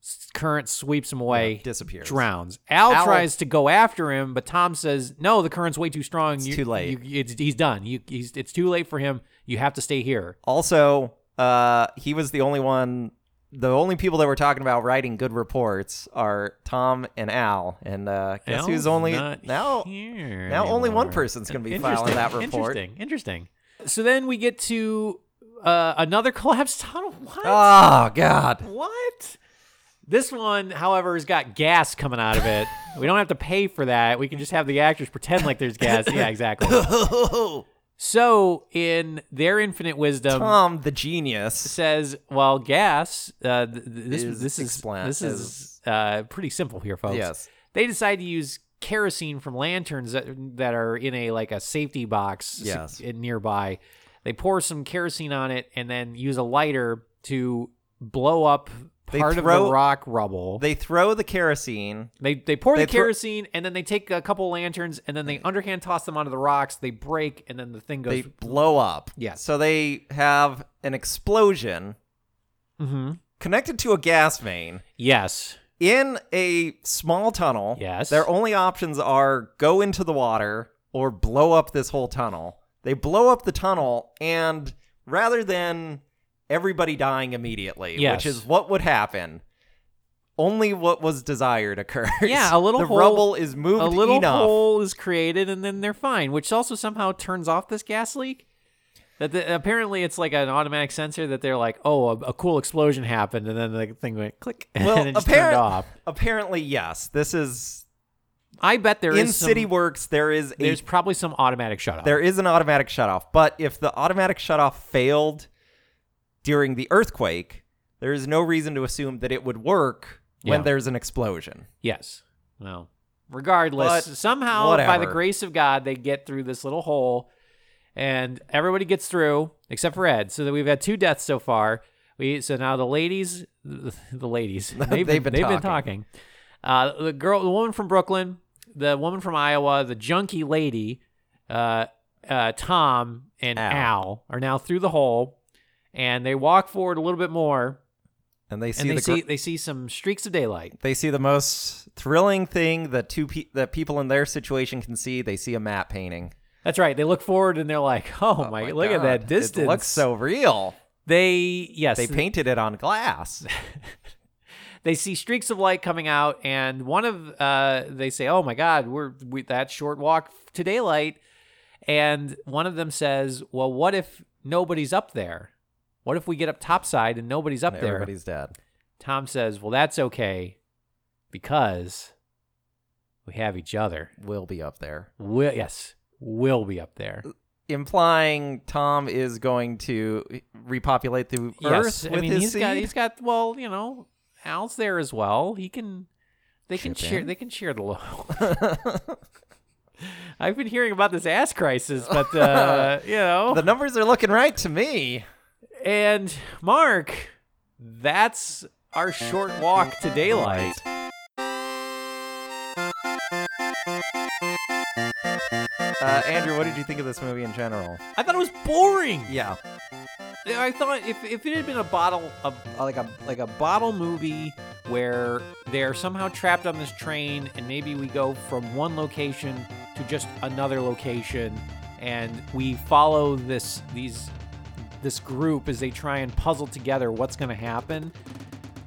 [SPEAKER 4] s- Current sweeps him away,
[SPEAKER 5] disappears.
[SPEAKER 4] drowns. Al,
[SPEAKER 5] Al-
[SPEAKER 4] tries to go after him, but Tom says, "No, the current's way too strong. It's
[SPEAKER 5] too late.
[SPEAKER 4] it's, he's done. You, he's, it's too late for him. You have to stay here."
[SPEAKER 5] Also, uh, he was the only one. The only people that we're talking about writing good reports are Tom and Al, and uh, guess
[SPEAKER 4] Al's
[SPEAKER 5] who's only
[SPEAKER 4] not
[SPEAKER 5] now?
[SPEAKER 4] here
[SPEAKER 5] now only one
[SPEAKER 4] anymore.
[SPEAKER 5] person's gonna be
[SPEAKER 4] Interesting,
[SPEAKER 5] filing that report.
[SPEAKER 4] Interesting. Interesting. So then we get to uh, another collapsed tunnel. What?
[SPEAKER 5] Oh God!
[SPEAKER 4] what? This one, however, has got gas coming out of it. we don't have to pay for that. We can just have the actors pretend like there's gas. Yeah, exactly. so in their infinite wisdom.
[SPEAKER 5] Tom, the genius.
[SPEAKER 4] Says, well, gas. Uh, th- th- this
[SPEAKER 5] Is
[SPEAKER 4] this is
[SPEAKER 5] explan-
[SPEAKER 4] this is uh, pretty simple here, folks
[SPEAKER 5] Yes.
[SPEAKER 4] they decide to use kerosene from lanterns that, that are in a like a safety box s-
[SPEAKER 5] Yes.
[SPEAKER 4] in- nearby they pour some kerosene on it and then use a lighter to blow up
[SPEAKER 5] They
[SPEAKER 4] part of
[SPEAKER 5] throw-
[SPEAKER 4] the rock rubble they
[SPEAKER 5] They throw the kerosene.
[SPEAKER 4] they, pour
[SPEAKER 5] they
[SPEAKER 4] the
[SPEAKER 5] throw-
[SPEAKER 4] kerosene and then they take a couple lanterns and then they underhand toss them onto the rocks they break and then the thing
[SPEAKER 5] They
[SPEAKER 4] goes
[SPEAKER 5] blow up.
[SPEAKER 4] Yes.
[SPEAKER 5] So they have an explosion
[SPEAKER 4] hmm
[SPEAKER 5] connected to a gas main.
[SPEAKER 4] yes
[SPEAKER 5] in a small tunnel.
[SPEAKER 4] Yes.
[SPEAKER 5] Their only options are go into the water or blow up this whole tunnel. They blow up the tunnel, and rather than everybody dying immediately,
[SPEAKER 4] Yes.
[SPEAKER 5] which is what would happen, only what was desired occurs.
[SPEAKER 4] Yeah, a little
[SPEAKER 5] the
[SPEAKER 4] hole-
[SPEAKER 5] rubble is moved
[SPEAKER 4] a little
[SPEAKER 5] enough.
[SPEAKER 4] hole is created and then they're fine which also somehow turns off this gas leak that the, apparently it's like an automatic sensor that they're like oh a, a cool explosion happened and then the thing went click
[SPEAKER 5] Well,
[SPEAKER 4] and it just
[SPEAKER 5] apparent-
[SPEAKER 4] turned off
[SPEAKER 5] apparently, yes. This is
[SPEAKER 4] i bet there is
[SPEAKER 5] in
[SPEAKER 4] some-
[SPEAKER 5] City Works. There is a
[SPEAKER 4] there's probably some automatic shut off
[SPEAKER 5] There is an automatic shutoff, but if the automatic shutoff failed during the earthquake, there is no reason to assume that it would work when
[SPEAKER 4] Yeah.
[SPEAKER 5] there's an explosion.
[SPEAKER 4] yes well regardless
[SPEAKER 5] But
[SPEAKER 4] somehow by the
[SPEAKER 5] whatever.
[SPEAKER 4] grace of god they get through this little hole and everybody gets through except for ed so that we've had two deaths so far we so now the ladies the ladies they've,
[SPEAKER 5] They've been
[SPEAKER 4] been, they've been talking uh, the girl the woman from brooklyn the woman from iowa the junkie lady uh, uh, tom and
[SPEAKER 5] Al.
[SPEAKER 4] al. are now through the hole and they walk forward a little bit more
[SPEAKER 5] And they see
[SPEAKER 4] and they
[SPEAKER 5] the gr-
[SPEAKER 4] see they see some streaks of daylight
[SPEAKER 5] they see the most thrilling thing that two pe- that people in their situation can see. They see a map painting.
[SPEAKER 4] That's right. They look forward and they're like, "Oh, my,
[SPEAKER 5] My
[SPEAKER 4] look at
[SPEAKER 5] God,
[SPEAKER 4] that distance."
[SPEAKER 5] It looks so real.
[SPEAKER 4] They yes,
[SPEAKER 5] They
[SPEAKER 4] they,
[SPEAKER 5] painted it on glass.
[SPEAKER 4] see streaks of light coming out, and one of uh, they say, "Oh my God, we're we, that short walk to daylight." And one of them says, "Well, what if nobody's up there? What if we get up topside and nobody's up there?"
[SPEAKER 5] Everybody's dead.
[SPEAKER 4] Tom says, "Well, that's okay, because we have each other.
[SPEAKER 5] Will be up there.
[SPEAKER 4] We'll, yes, we'll be up there."
[SPEAKER 5] Implying Tom is going to repopulate the
[SPEAKER 4] Yes,
[SPEAKER 5] earth
[SPEAKER 4] I
[SPEAKER 5] with
[SPEAKER 4] mean
[SPEAKER 5] his
[SPEAKER 4] he's
[SPEAKER 5] seed.
[SPEAKER 4] got he's got well, you know, Al's there as well. He can they can
[SPEAKER 5] Chip
[SPEAKER 4] share
[SPEAKER 5] in.
[SPEAKER 4] they can share the load. I've been hearing about this ass crisis, but uh, you know,
[SPEAKER 5] The numbers are looking right to me.
[SPEAKER 4] and Mark, that's our short walk to daylight.
[SPEAKER 5] Uh, Andrew, what did you think of this movie in general?
[SPEAKER 4] I thought it was boring.
[SPEAKER 5] Yeah,
[SPEAKER 4] I thought if, if it had been a bottle of like a like a bottle movie where they're somehow trapped on this train and maybe we go from one location to just another location and we follow this these this group as they try and puzzle together what's going to happen.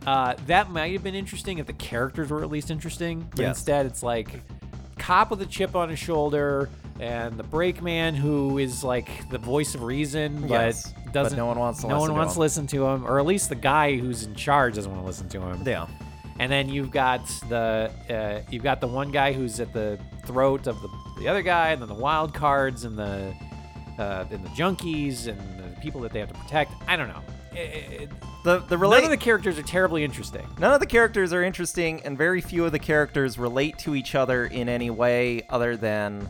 [SPEAKER 4] Uh, that might have been interesting if the characters were at least interesting. But
[SPEAKER 5] Yes.
[SPEAKER 4] instead, it's like cop with a chip on his shoulder and the brakeman who is like the voice of reason,
[SPEAKER 5] Yes,
[SPEAKER 4] but
[SPEAKER 5] but
[SPEAKER 4] doesn't.
[SPEAKER 5] no one wants to
[SPEAKER 4] no
[SPEAKER 5] listen
[SPEAKER 4] one
[SPEAKER 5] to
[SPEAKER 4] wants
[SPEAKER 5] him.
[SPEAKER 4] listen to him, or at least the guy who's in charge doesn't want to listen to him.
[SPEAKER 5] yeah.
[SPEAKER 4] And then you've got the uh, you've got the one guy who's at the throat of the, the other guy, and then the wild cards and the uh, and the junkies and the people that they have to protect. I don't know. It- it- it-
[SPEAKER 5] The the relate
[SPEAKER 4] none of the characters are terribly interesting.
[SPEAKER 5] none of the characters are interesting, and very few of the characters relate to each other in any way other than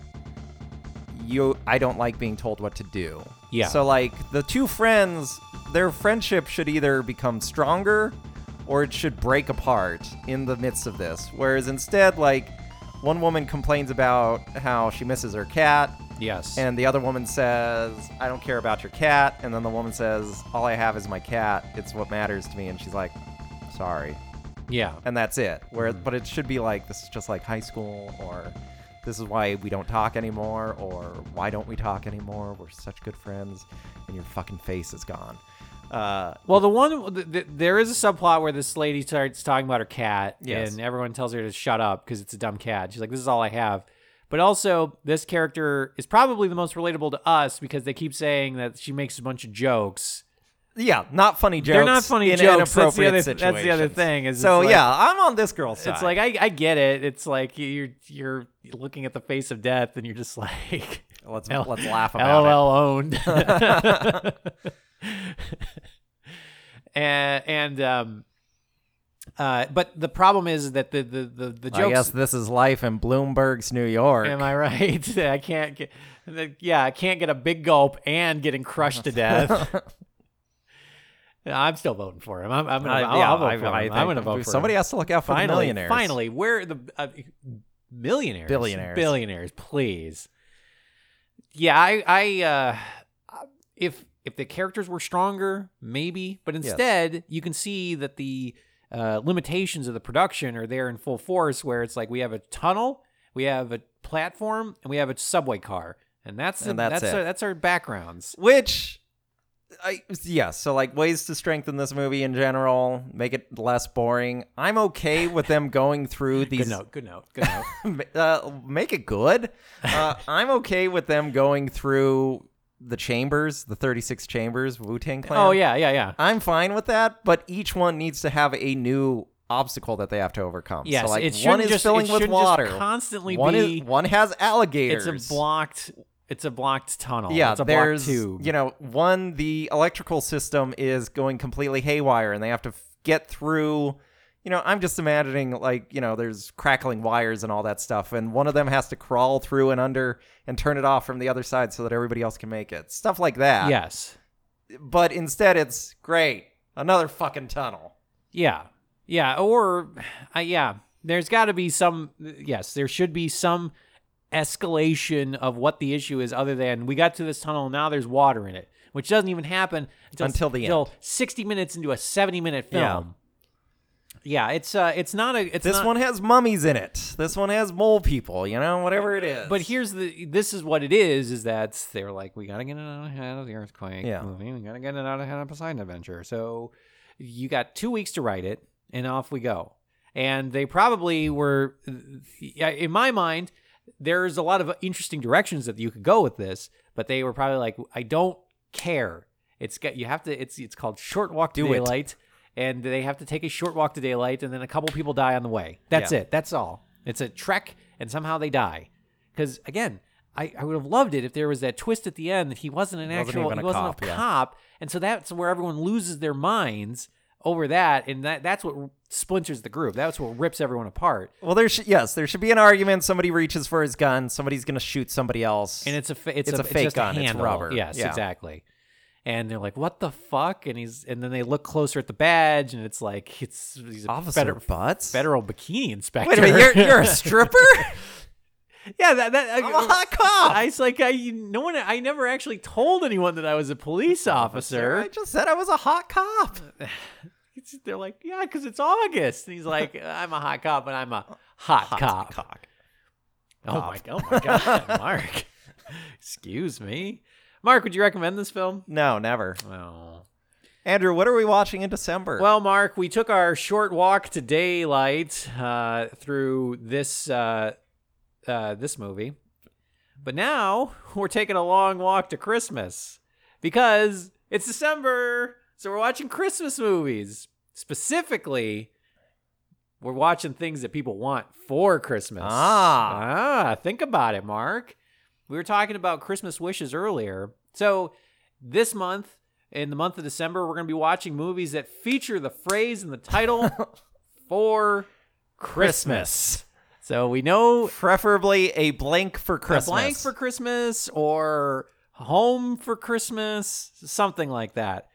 [SPEAKER 5] you. I don't like being told what to do.
[SPEAKER 4] Yeah.
[SPEAKER 5] So like the two friends, their friendship should either become stronger, or it should break apart in the midst of this. Whereas instead, like. One woman complains about how she misses her cat.
[SPEAKER 4] Yes.
[SPEAKER 5] And the other woman says, I don't care about your cat. And then the woman says, All I have is my cat. It's what matters to me. And she's like, Sorry.
[SPEAKER 4] yeah.
[SPEAKER 5] And that's it. Where,
[SPEAKER 4] Mm-hmm.
[SPEAKER 5] But it should be like, This is just like high school, or This is why we don't talk anymore, or Why don't we talk anymore? We're such good friends, and your fucking face is gone. Uh,
[SPEAKER 4] Well, the one th- th- there is a subplot where this lady starts talking about her cat,
[SPEAKER 5] Yes.
[SPEAKER 4] and everyone tells her to shut up because it's a dumb cat. She's like, "This is all I have." But also, this character is probably the most relatable to us because they keep saying that she makes a bunch of jokes.
[SPEAKER 5] yeah, not funny jokes.
[SPEAKER 4] They're not funny
[SPEAKER 5] in
[SPEAKER 4] jokes. That's the
[SPEAKER 5] inappropriate
[SPEAKER 4] other- that's the other
[SPEAKER 5] situations.
[SPEAKER 4] thing, is
[SPEAKER 5] so
[SPEAKER 4] it's like-
[SPEAKER 5] yeah, I'm on this girl's side.
[SPEAKER 4] It's like I, I get it. It's like you're you're looking at the face of death, and you're just like,
[SPEAKER 5] let's
[SPEAKER 4] L-
[SPEAKER 5] let's laugh about it.
[SPEAKER 4] LOL owned. and and um, uh, but the problem is that the the the, the jokes.
[SPEAKER 5] I guess this is life in Bloomberg's New York.
[SPEAKER 4] Am I right? I can't get, yeah, I can't get a big gulp and getting crushed to death. I'm still voting for him. I'm, I'm gonna, I'll, I'll vote for him. I'm gonna vote for
[SPEAKER 5] somebody
[SPEAKER 4] him.
[SPEAKER 5] has to look out for the
[SPEAKER 4] finally,
[SPEAKER 5] millionaires.
[SPEAKER 4] Finally, where are the uh, millionaires,
[SPEAKER 5] Billionaires.
[SPEAKER 4] billionaires, please. Yeah, I, I, uh, if if the characters were stronger, maybe, but instead you can see that the uh, limitations of the production are there in full force. Where it's like we have a tunnel, we have a platform, and we have a subway car, and that's
[SPEAKER 5] And
[SPEAKER 4] the-
[SPEAKER 5] that's it.
[SPEAKER 4] our, that's our backgrounds.
[SPEAKER 5] which I yeah, so like ways to strengthen this movie in general, make it less boring. I'm okay with them going through
[SPEAKER 4] Good
[SPEAKER 5] these
[SPEAKER 4] note. Good note. Good note.
[SPEAKER 5] uh, make it good. Uh, I'm okay with them going through the chambers, the 36 chambers, Wu Tang Clan.
[SPEAKER 4] oh yeah, yeah, yeah.
[SPEAKER 5] I'm fine with that, but each one needs to have a new obstacle that they have to overcome.
[SPEAKER 4] Yes,
[SPEAKER 5] so like
[SPEAKER 4] it shouldn't
[SPEAKER 5] one is
[SPEAKER 4] just- it
[SPEAKER 5] filling with
[SPEAKER 4] shouldn't just
[SPEAKER 5] water.
[SPEAKER 4] constantly
[SPEAKER 5] one
[SPEAKER 4] be-
[SPEAKER 5] is, one has alligators.
[SPEAKER 4] It's a blocked. It's a blocked tunnel.
[SPEAKER 5] Yeah,
[SPEAKER 4] it's a
[SPEAKER 5] there's
[SPEAKER 4] blocked tube.
[SPEAKER 5] you know one the electrical system is going completely haywire and they have to f- get through. You know, I'm just imagining like you know there's crackling wires and all that stuff, and one of them has to crawl through and under and turn it off from the other side so that everybody else can make it. Stuff like that.
[SPEAKER 4] yes.
[SPEAKER 5] But instead, it's great. Another fucking tunnel.
[SPEAKER 4] Yeah. Yeah. Or, uh, yeah, there's got to be some, yes, there should be some escalation of what the issue is other than we got to this tunnel, now there's water in it, which doesn't even happen until,
[SPEAKER 5] Until the
[SPEAKER 4] until
[SPEAKER 5] end.
[SPEAKER 4] 60 minutes into a 70 minute film. Yeah. it's, uh, it's not a, it's
[SPEAKER 5] This
[SPEAKER 4] not-
[SPEAKER 5] one has mummies in it. This one has mole people, you know, whatever it is.
[SPEAKER 4] But here's the this is what it is is that they were like we gotta get it out ahead of the earthquake
[SPEAKER 5] Yeah.
[SPEAKER 4] movie we gotta get it out ahead of Poseidon Adventure so you got two weeks to write it and off we go and they probably were yeah, in my mind there's a lot of interesting directions that you could go with this but they were probably like I don't care it's got you have to it's it's called short walk to
[SPEAKER 5] Do it.
[SPEAKER 4] daylight and they have to take a short walk to daylight and then a couple people die on the way that's
[SPEAKER 5] Yeah.
[SPEAKER 4] it that's all it's a trek and somehow they die because again, I, I would have loved it if there was that twist at the end that he wasn't an
[SPEAKER 5] Wasn't
[SPEAKER 4] actual,
[SPEAKER 5] even
[SPEAKER 4] he
[SPEAKER 5] a
[SPEAKER 4] wasn't
[SPEAKER 5] cop,
[SPEAKER 4] a
[SPEAKER 5] yeah.
[SPEAKER 4] cop, and so that's where everyone loses their minds over that, and that that's what splinters the group. That's what rips everyone apart,
[SPEAKER 5] well, there should yes, there should be an argument. Somebody reaches for his gun. Somebody's gonna shoot somebody else.
[SPEAKER 4] and it's a fa- it's,
[SPEAKER 5] It's
[SPEAKER 4] a,
[SPEAKER 5] a fake
[SPEAKER 4] just
[SPEAKER 5] gun, it's
[SPEAKER 4] handle.
[SPEAKER 5] rubber.
[SPEAKER 4] Yes,
[SPEAKER 5] Yeah.
[SPEAKER 4] exactly. And they're like, "What the fuck?" And he's and then they look closer at the badge, and it's like it's he's a
[SPEAKER 5] officer
[SPEAKER 4] feder-
[SPEAKER 5] butts.
[SPEAKER 4] federal bikini inspector.
[SPEAKER 5] Wait a minute, you're, you're a stripper?
[SPEAKER 4] yeah, that, that uh,
[SPEAKER 5] I'm a hot cop.
[SPEAKER 4] I was like, I you- no one. I never actually told anyone that I was a police officer.
[SPEAKER 5] I just said I was a hot cop.
[SPEAKER 4] It's- they're like, yeah, because it's August. And he's like, I'm a hot cop, but I'm a hot, cop. Oh my, oh my god, Mark. Excuse me, Mark. Would you recommend this film?
[SPEAKER 5] No, never.
[SPEAKER 4] Well,
[SPEAKER 5] Andrew, what are we watching in December?
[SPEAKER 4] well, Mark, we took our short walk to daylight uh, through this uh, uh, this movie, but now we're taking a long walk to Christmas because it's December, so we're watching Christmas movies. Specifically, we're watching things that people want for Christmas.
[SPEAKER 5] Ah.
[SPEAKER 4] ah, think about it, Mark. We were talking about Christmas wishes earlier, so this month in the month of December, we're going to be watching movies that feature the phrase in the title for Christmas. So we know
[SPEAKER 5] preferably a blank for
[SPEAKER 4] a
[SPEAKER 5] Christmas.
[SPEAKER 4] blank for Christmas or home for Christmas, something like that.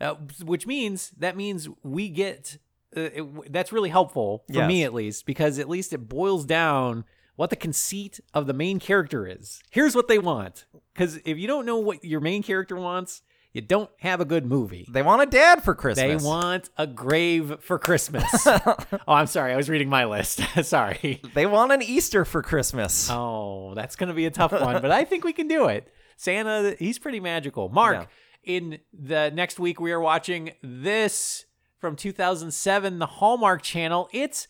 [SPEAKER 4] Uh, which means that means we get uh, it, that's really helpful for
[SPEAKER 5] Yes.
[SPEAKER 4] me at least because at least it boils down what the conceit of the main character is. Here's what they want. Because if you don't know what your main character wants, you don't have a good movie.
[SPEAKER 5] They want a dad for Christmas.
[SPEAKER 4] They want a grave for Christmas. oh, I'm sorry. I was reading my list. sorry.
[SPEAKER 5] They want an Easter for Christmas.
[SPEAKER 4] Oh, that's going to be a tough one, but I think we can do it. Santa, he's pretty magical. Mark, in the next week, we are watching this from 2007, the Hallmark Channel. It's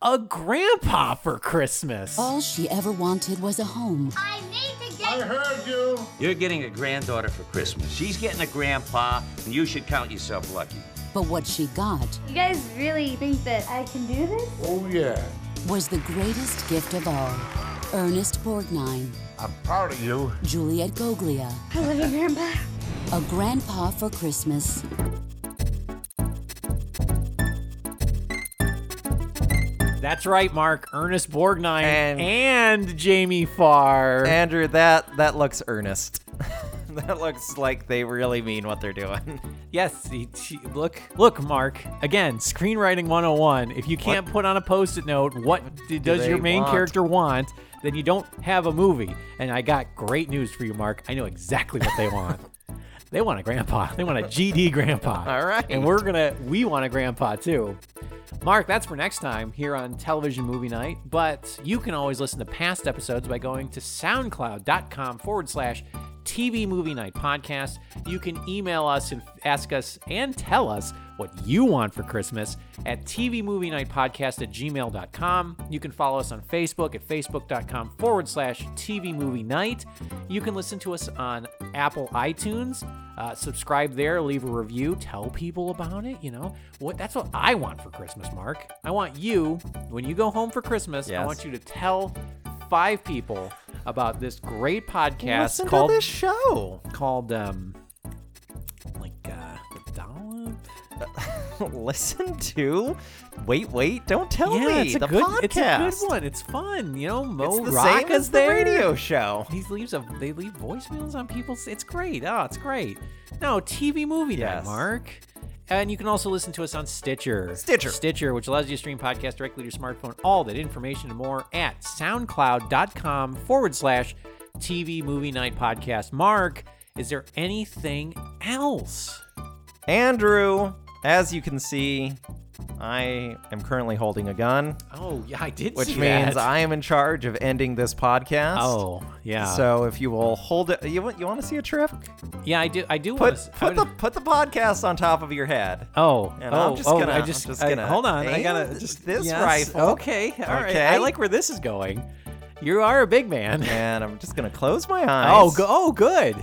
[SPEAKER 4] a grandpa for Christmas.
[SPEAKER 6] All she ever wanted was a home.
[SPEAKER 7] I need to get.
[SPEAKER 8] You're getting a granddaughter for Christmas. She's getting a grandpa, and you should count yourself lucky.
[SPEAKER 6] But what she got
[SPEAKER 7] You guys really think that I can do this?
[SPEAKER 6] was the greatest gift of all Ernest Borgnine. I'm proud of you. Juliet Goglia.
[SPEAKER 7] I love you, Grandpa.
[SPEAKER 6] A grandpa for Christmas.
[SPEAKER 4] That's right, Mark. Ernest Borgnine and,
[SPEAKER 5] And-
[SPEAKER 4] Jamie Farr.
[SPEAKER 5] Andrew, that that looks earnest. that looks like they really mean what they're doing.
[SPEAKER 4] yes, he, she- look, look, Mark. Again, screenwriting 101. If you can't put on a post-it note what d- does
[SPEAKER 5] they
[SPEAKER 4] your main
[SPEAKER 5] want?
[SPEAKER 4] character want, then you don't have a movie. And I got great news for you, Mark. I know exactly what they want. They want a grandpa. They want a GD grandpa.
[SPEAKER 5] All right.
[SPEAKER 4] And we're gonna we want a grandpa too. Mark, that's for next time here on Television Movie Night. But you can always listen to past episodes by going to soundcloud.com forward slash TV Movie Night Podcast. You can email us and ask us and tell us what you want for Christmas at TV Night Podcast at gmail.com. You can follow us on Facebook at facebook.com forward slash TV Movie Night. You can listen to us on Apple iTunes. Uh, subscribe there, leave a review, tell people about it. You know what? That's what I want for Christmas, Mark. I want you when you go home for Christmas. I
[SPEAKER 5] Yes.
[SPEAKER 4] want you to tell five people about this great podcast
[SPEAKER 5] Listen
[SPEAKER 4] called
[SPEAKER 5] to this show.
[SPEAKER 4] called um like uh the dollop.
[SPEAKER 5] Listen to. Wait, wait! Don't tell
[SPEAKER 4] yeah,
[SPEAKER 5] me.
[SPEAKER 4] it's a
[SPEAKER 5] the
[SPEAKER 4] good
[SPEAKER 5] podcast.
[SPEAKER 4] it's a good one. It's fun. You know, Mo
[SPEAKER 5] It's the
[SPEAKER 4] Rock
[SPEAKER 5] same
[SPEAKER 4] is
[SPEAKER 5] as
[SPEAKER 4] there.
[SPEAKER 5] the radio show.
[SPEAKER 4] He leaves a they leave voicemails on people's. It's great. Oh, it's great. No TV movie night,
[SPEAKER 5] Yes.
[SPEAKER 4] Mark. And you can also listen to us on Stitcher.
[SPEAKER 5] Stitcher.
[SPEAKER 4] Stitcher, which allows you to stream podcasts directly to your smartphone. All that information and more at soundcloud.com forward slash TV movie night podcast. Mark, is there anything else?
[SPEAKER 5] Andrew, as you can see, I am currently holding a gun,
[SPEAKER 4] Oh, yeah, I did
[SPEAKER 5] which
[SPEAKER 4] see
[SPEAKER 5] means
[SPEAKER 4] that.
[SPEAKER 5] I am in charge of ending this podcast.
[SPEAKER 4] Oh, yeah.
[SPEAKER 5] So if you will hold it, you want you want to see a trick?
[SPEAKER 4] yeah, I do. I do
[SPEAKER 5] Put
[SPEAKER 4] want to.
[SPEAKER 5] put the put the podcast on top of your head.
[SPEAKER 4] Oh,
[SPEAKER 5] And
[SPEAKER 4] oh,
[SPEAKER 5] I'm just
[SPEAKER 4] oh,
[SPEAKER 5] gonna-
[SPEAKER 4] I
[SPEAKER 5] I'm
[SPEAKER 4] just,
[SPEAKER 5] just
[SPEAKER 4] I-
[SPEAKER 5] gonna
[SPEAKER 4] hold on. I
[SPEAKER 5] aim
[SPEAKER 4] gotta
[SPEAKER 5] th-
[SPEAKER 4] just
[SPEAKER 5] this
[SPEAKER 4] yes,
[SPEAKER 5] rifle.
[SPEAKER 4] Okay, all right.
[SPEAKER 5] Okay.
[SPEAKER 4] I like where this is going. You are a big man.
[SPEAKER 5] And I'm just gonna close my eyes.
[SPEAKER 4] Oh, go, oh, good.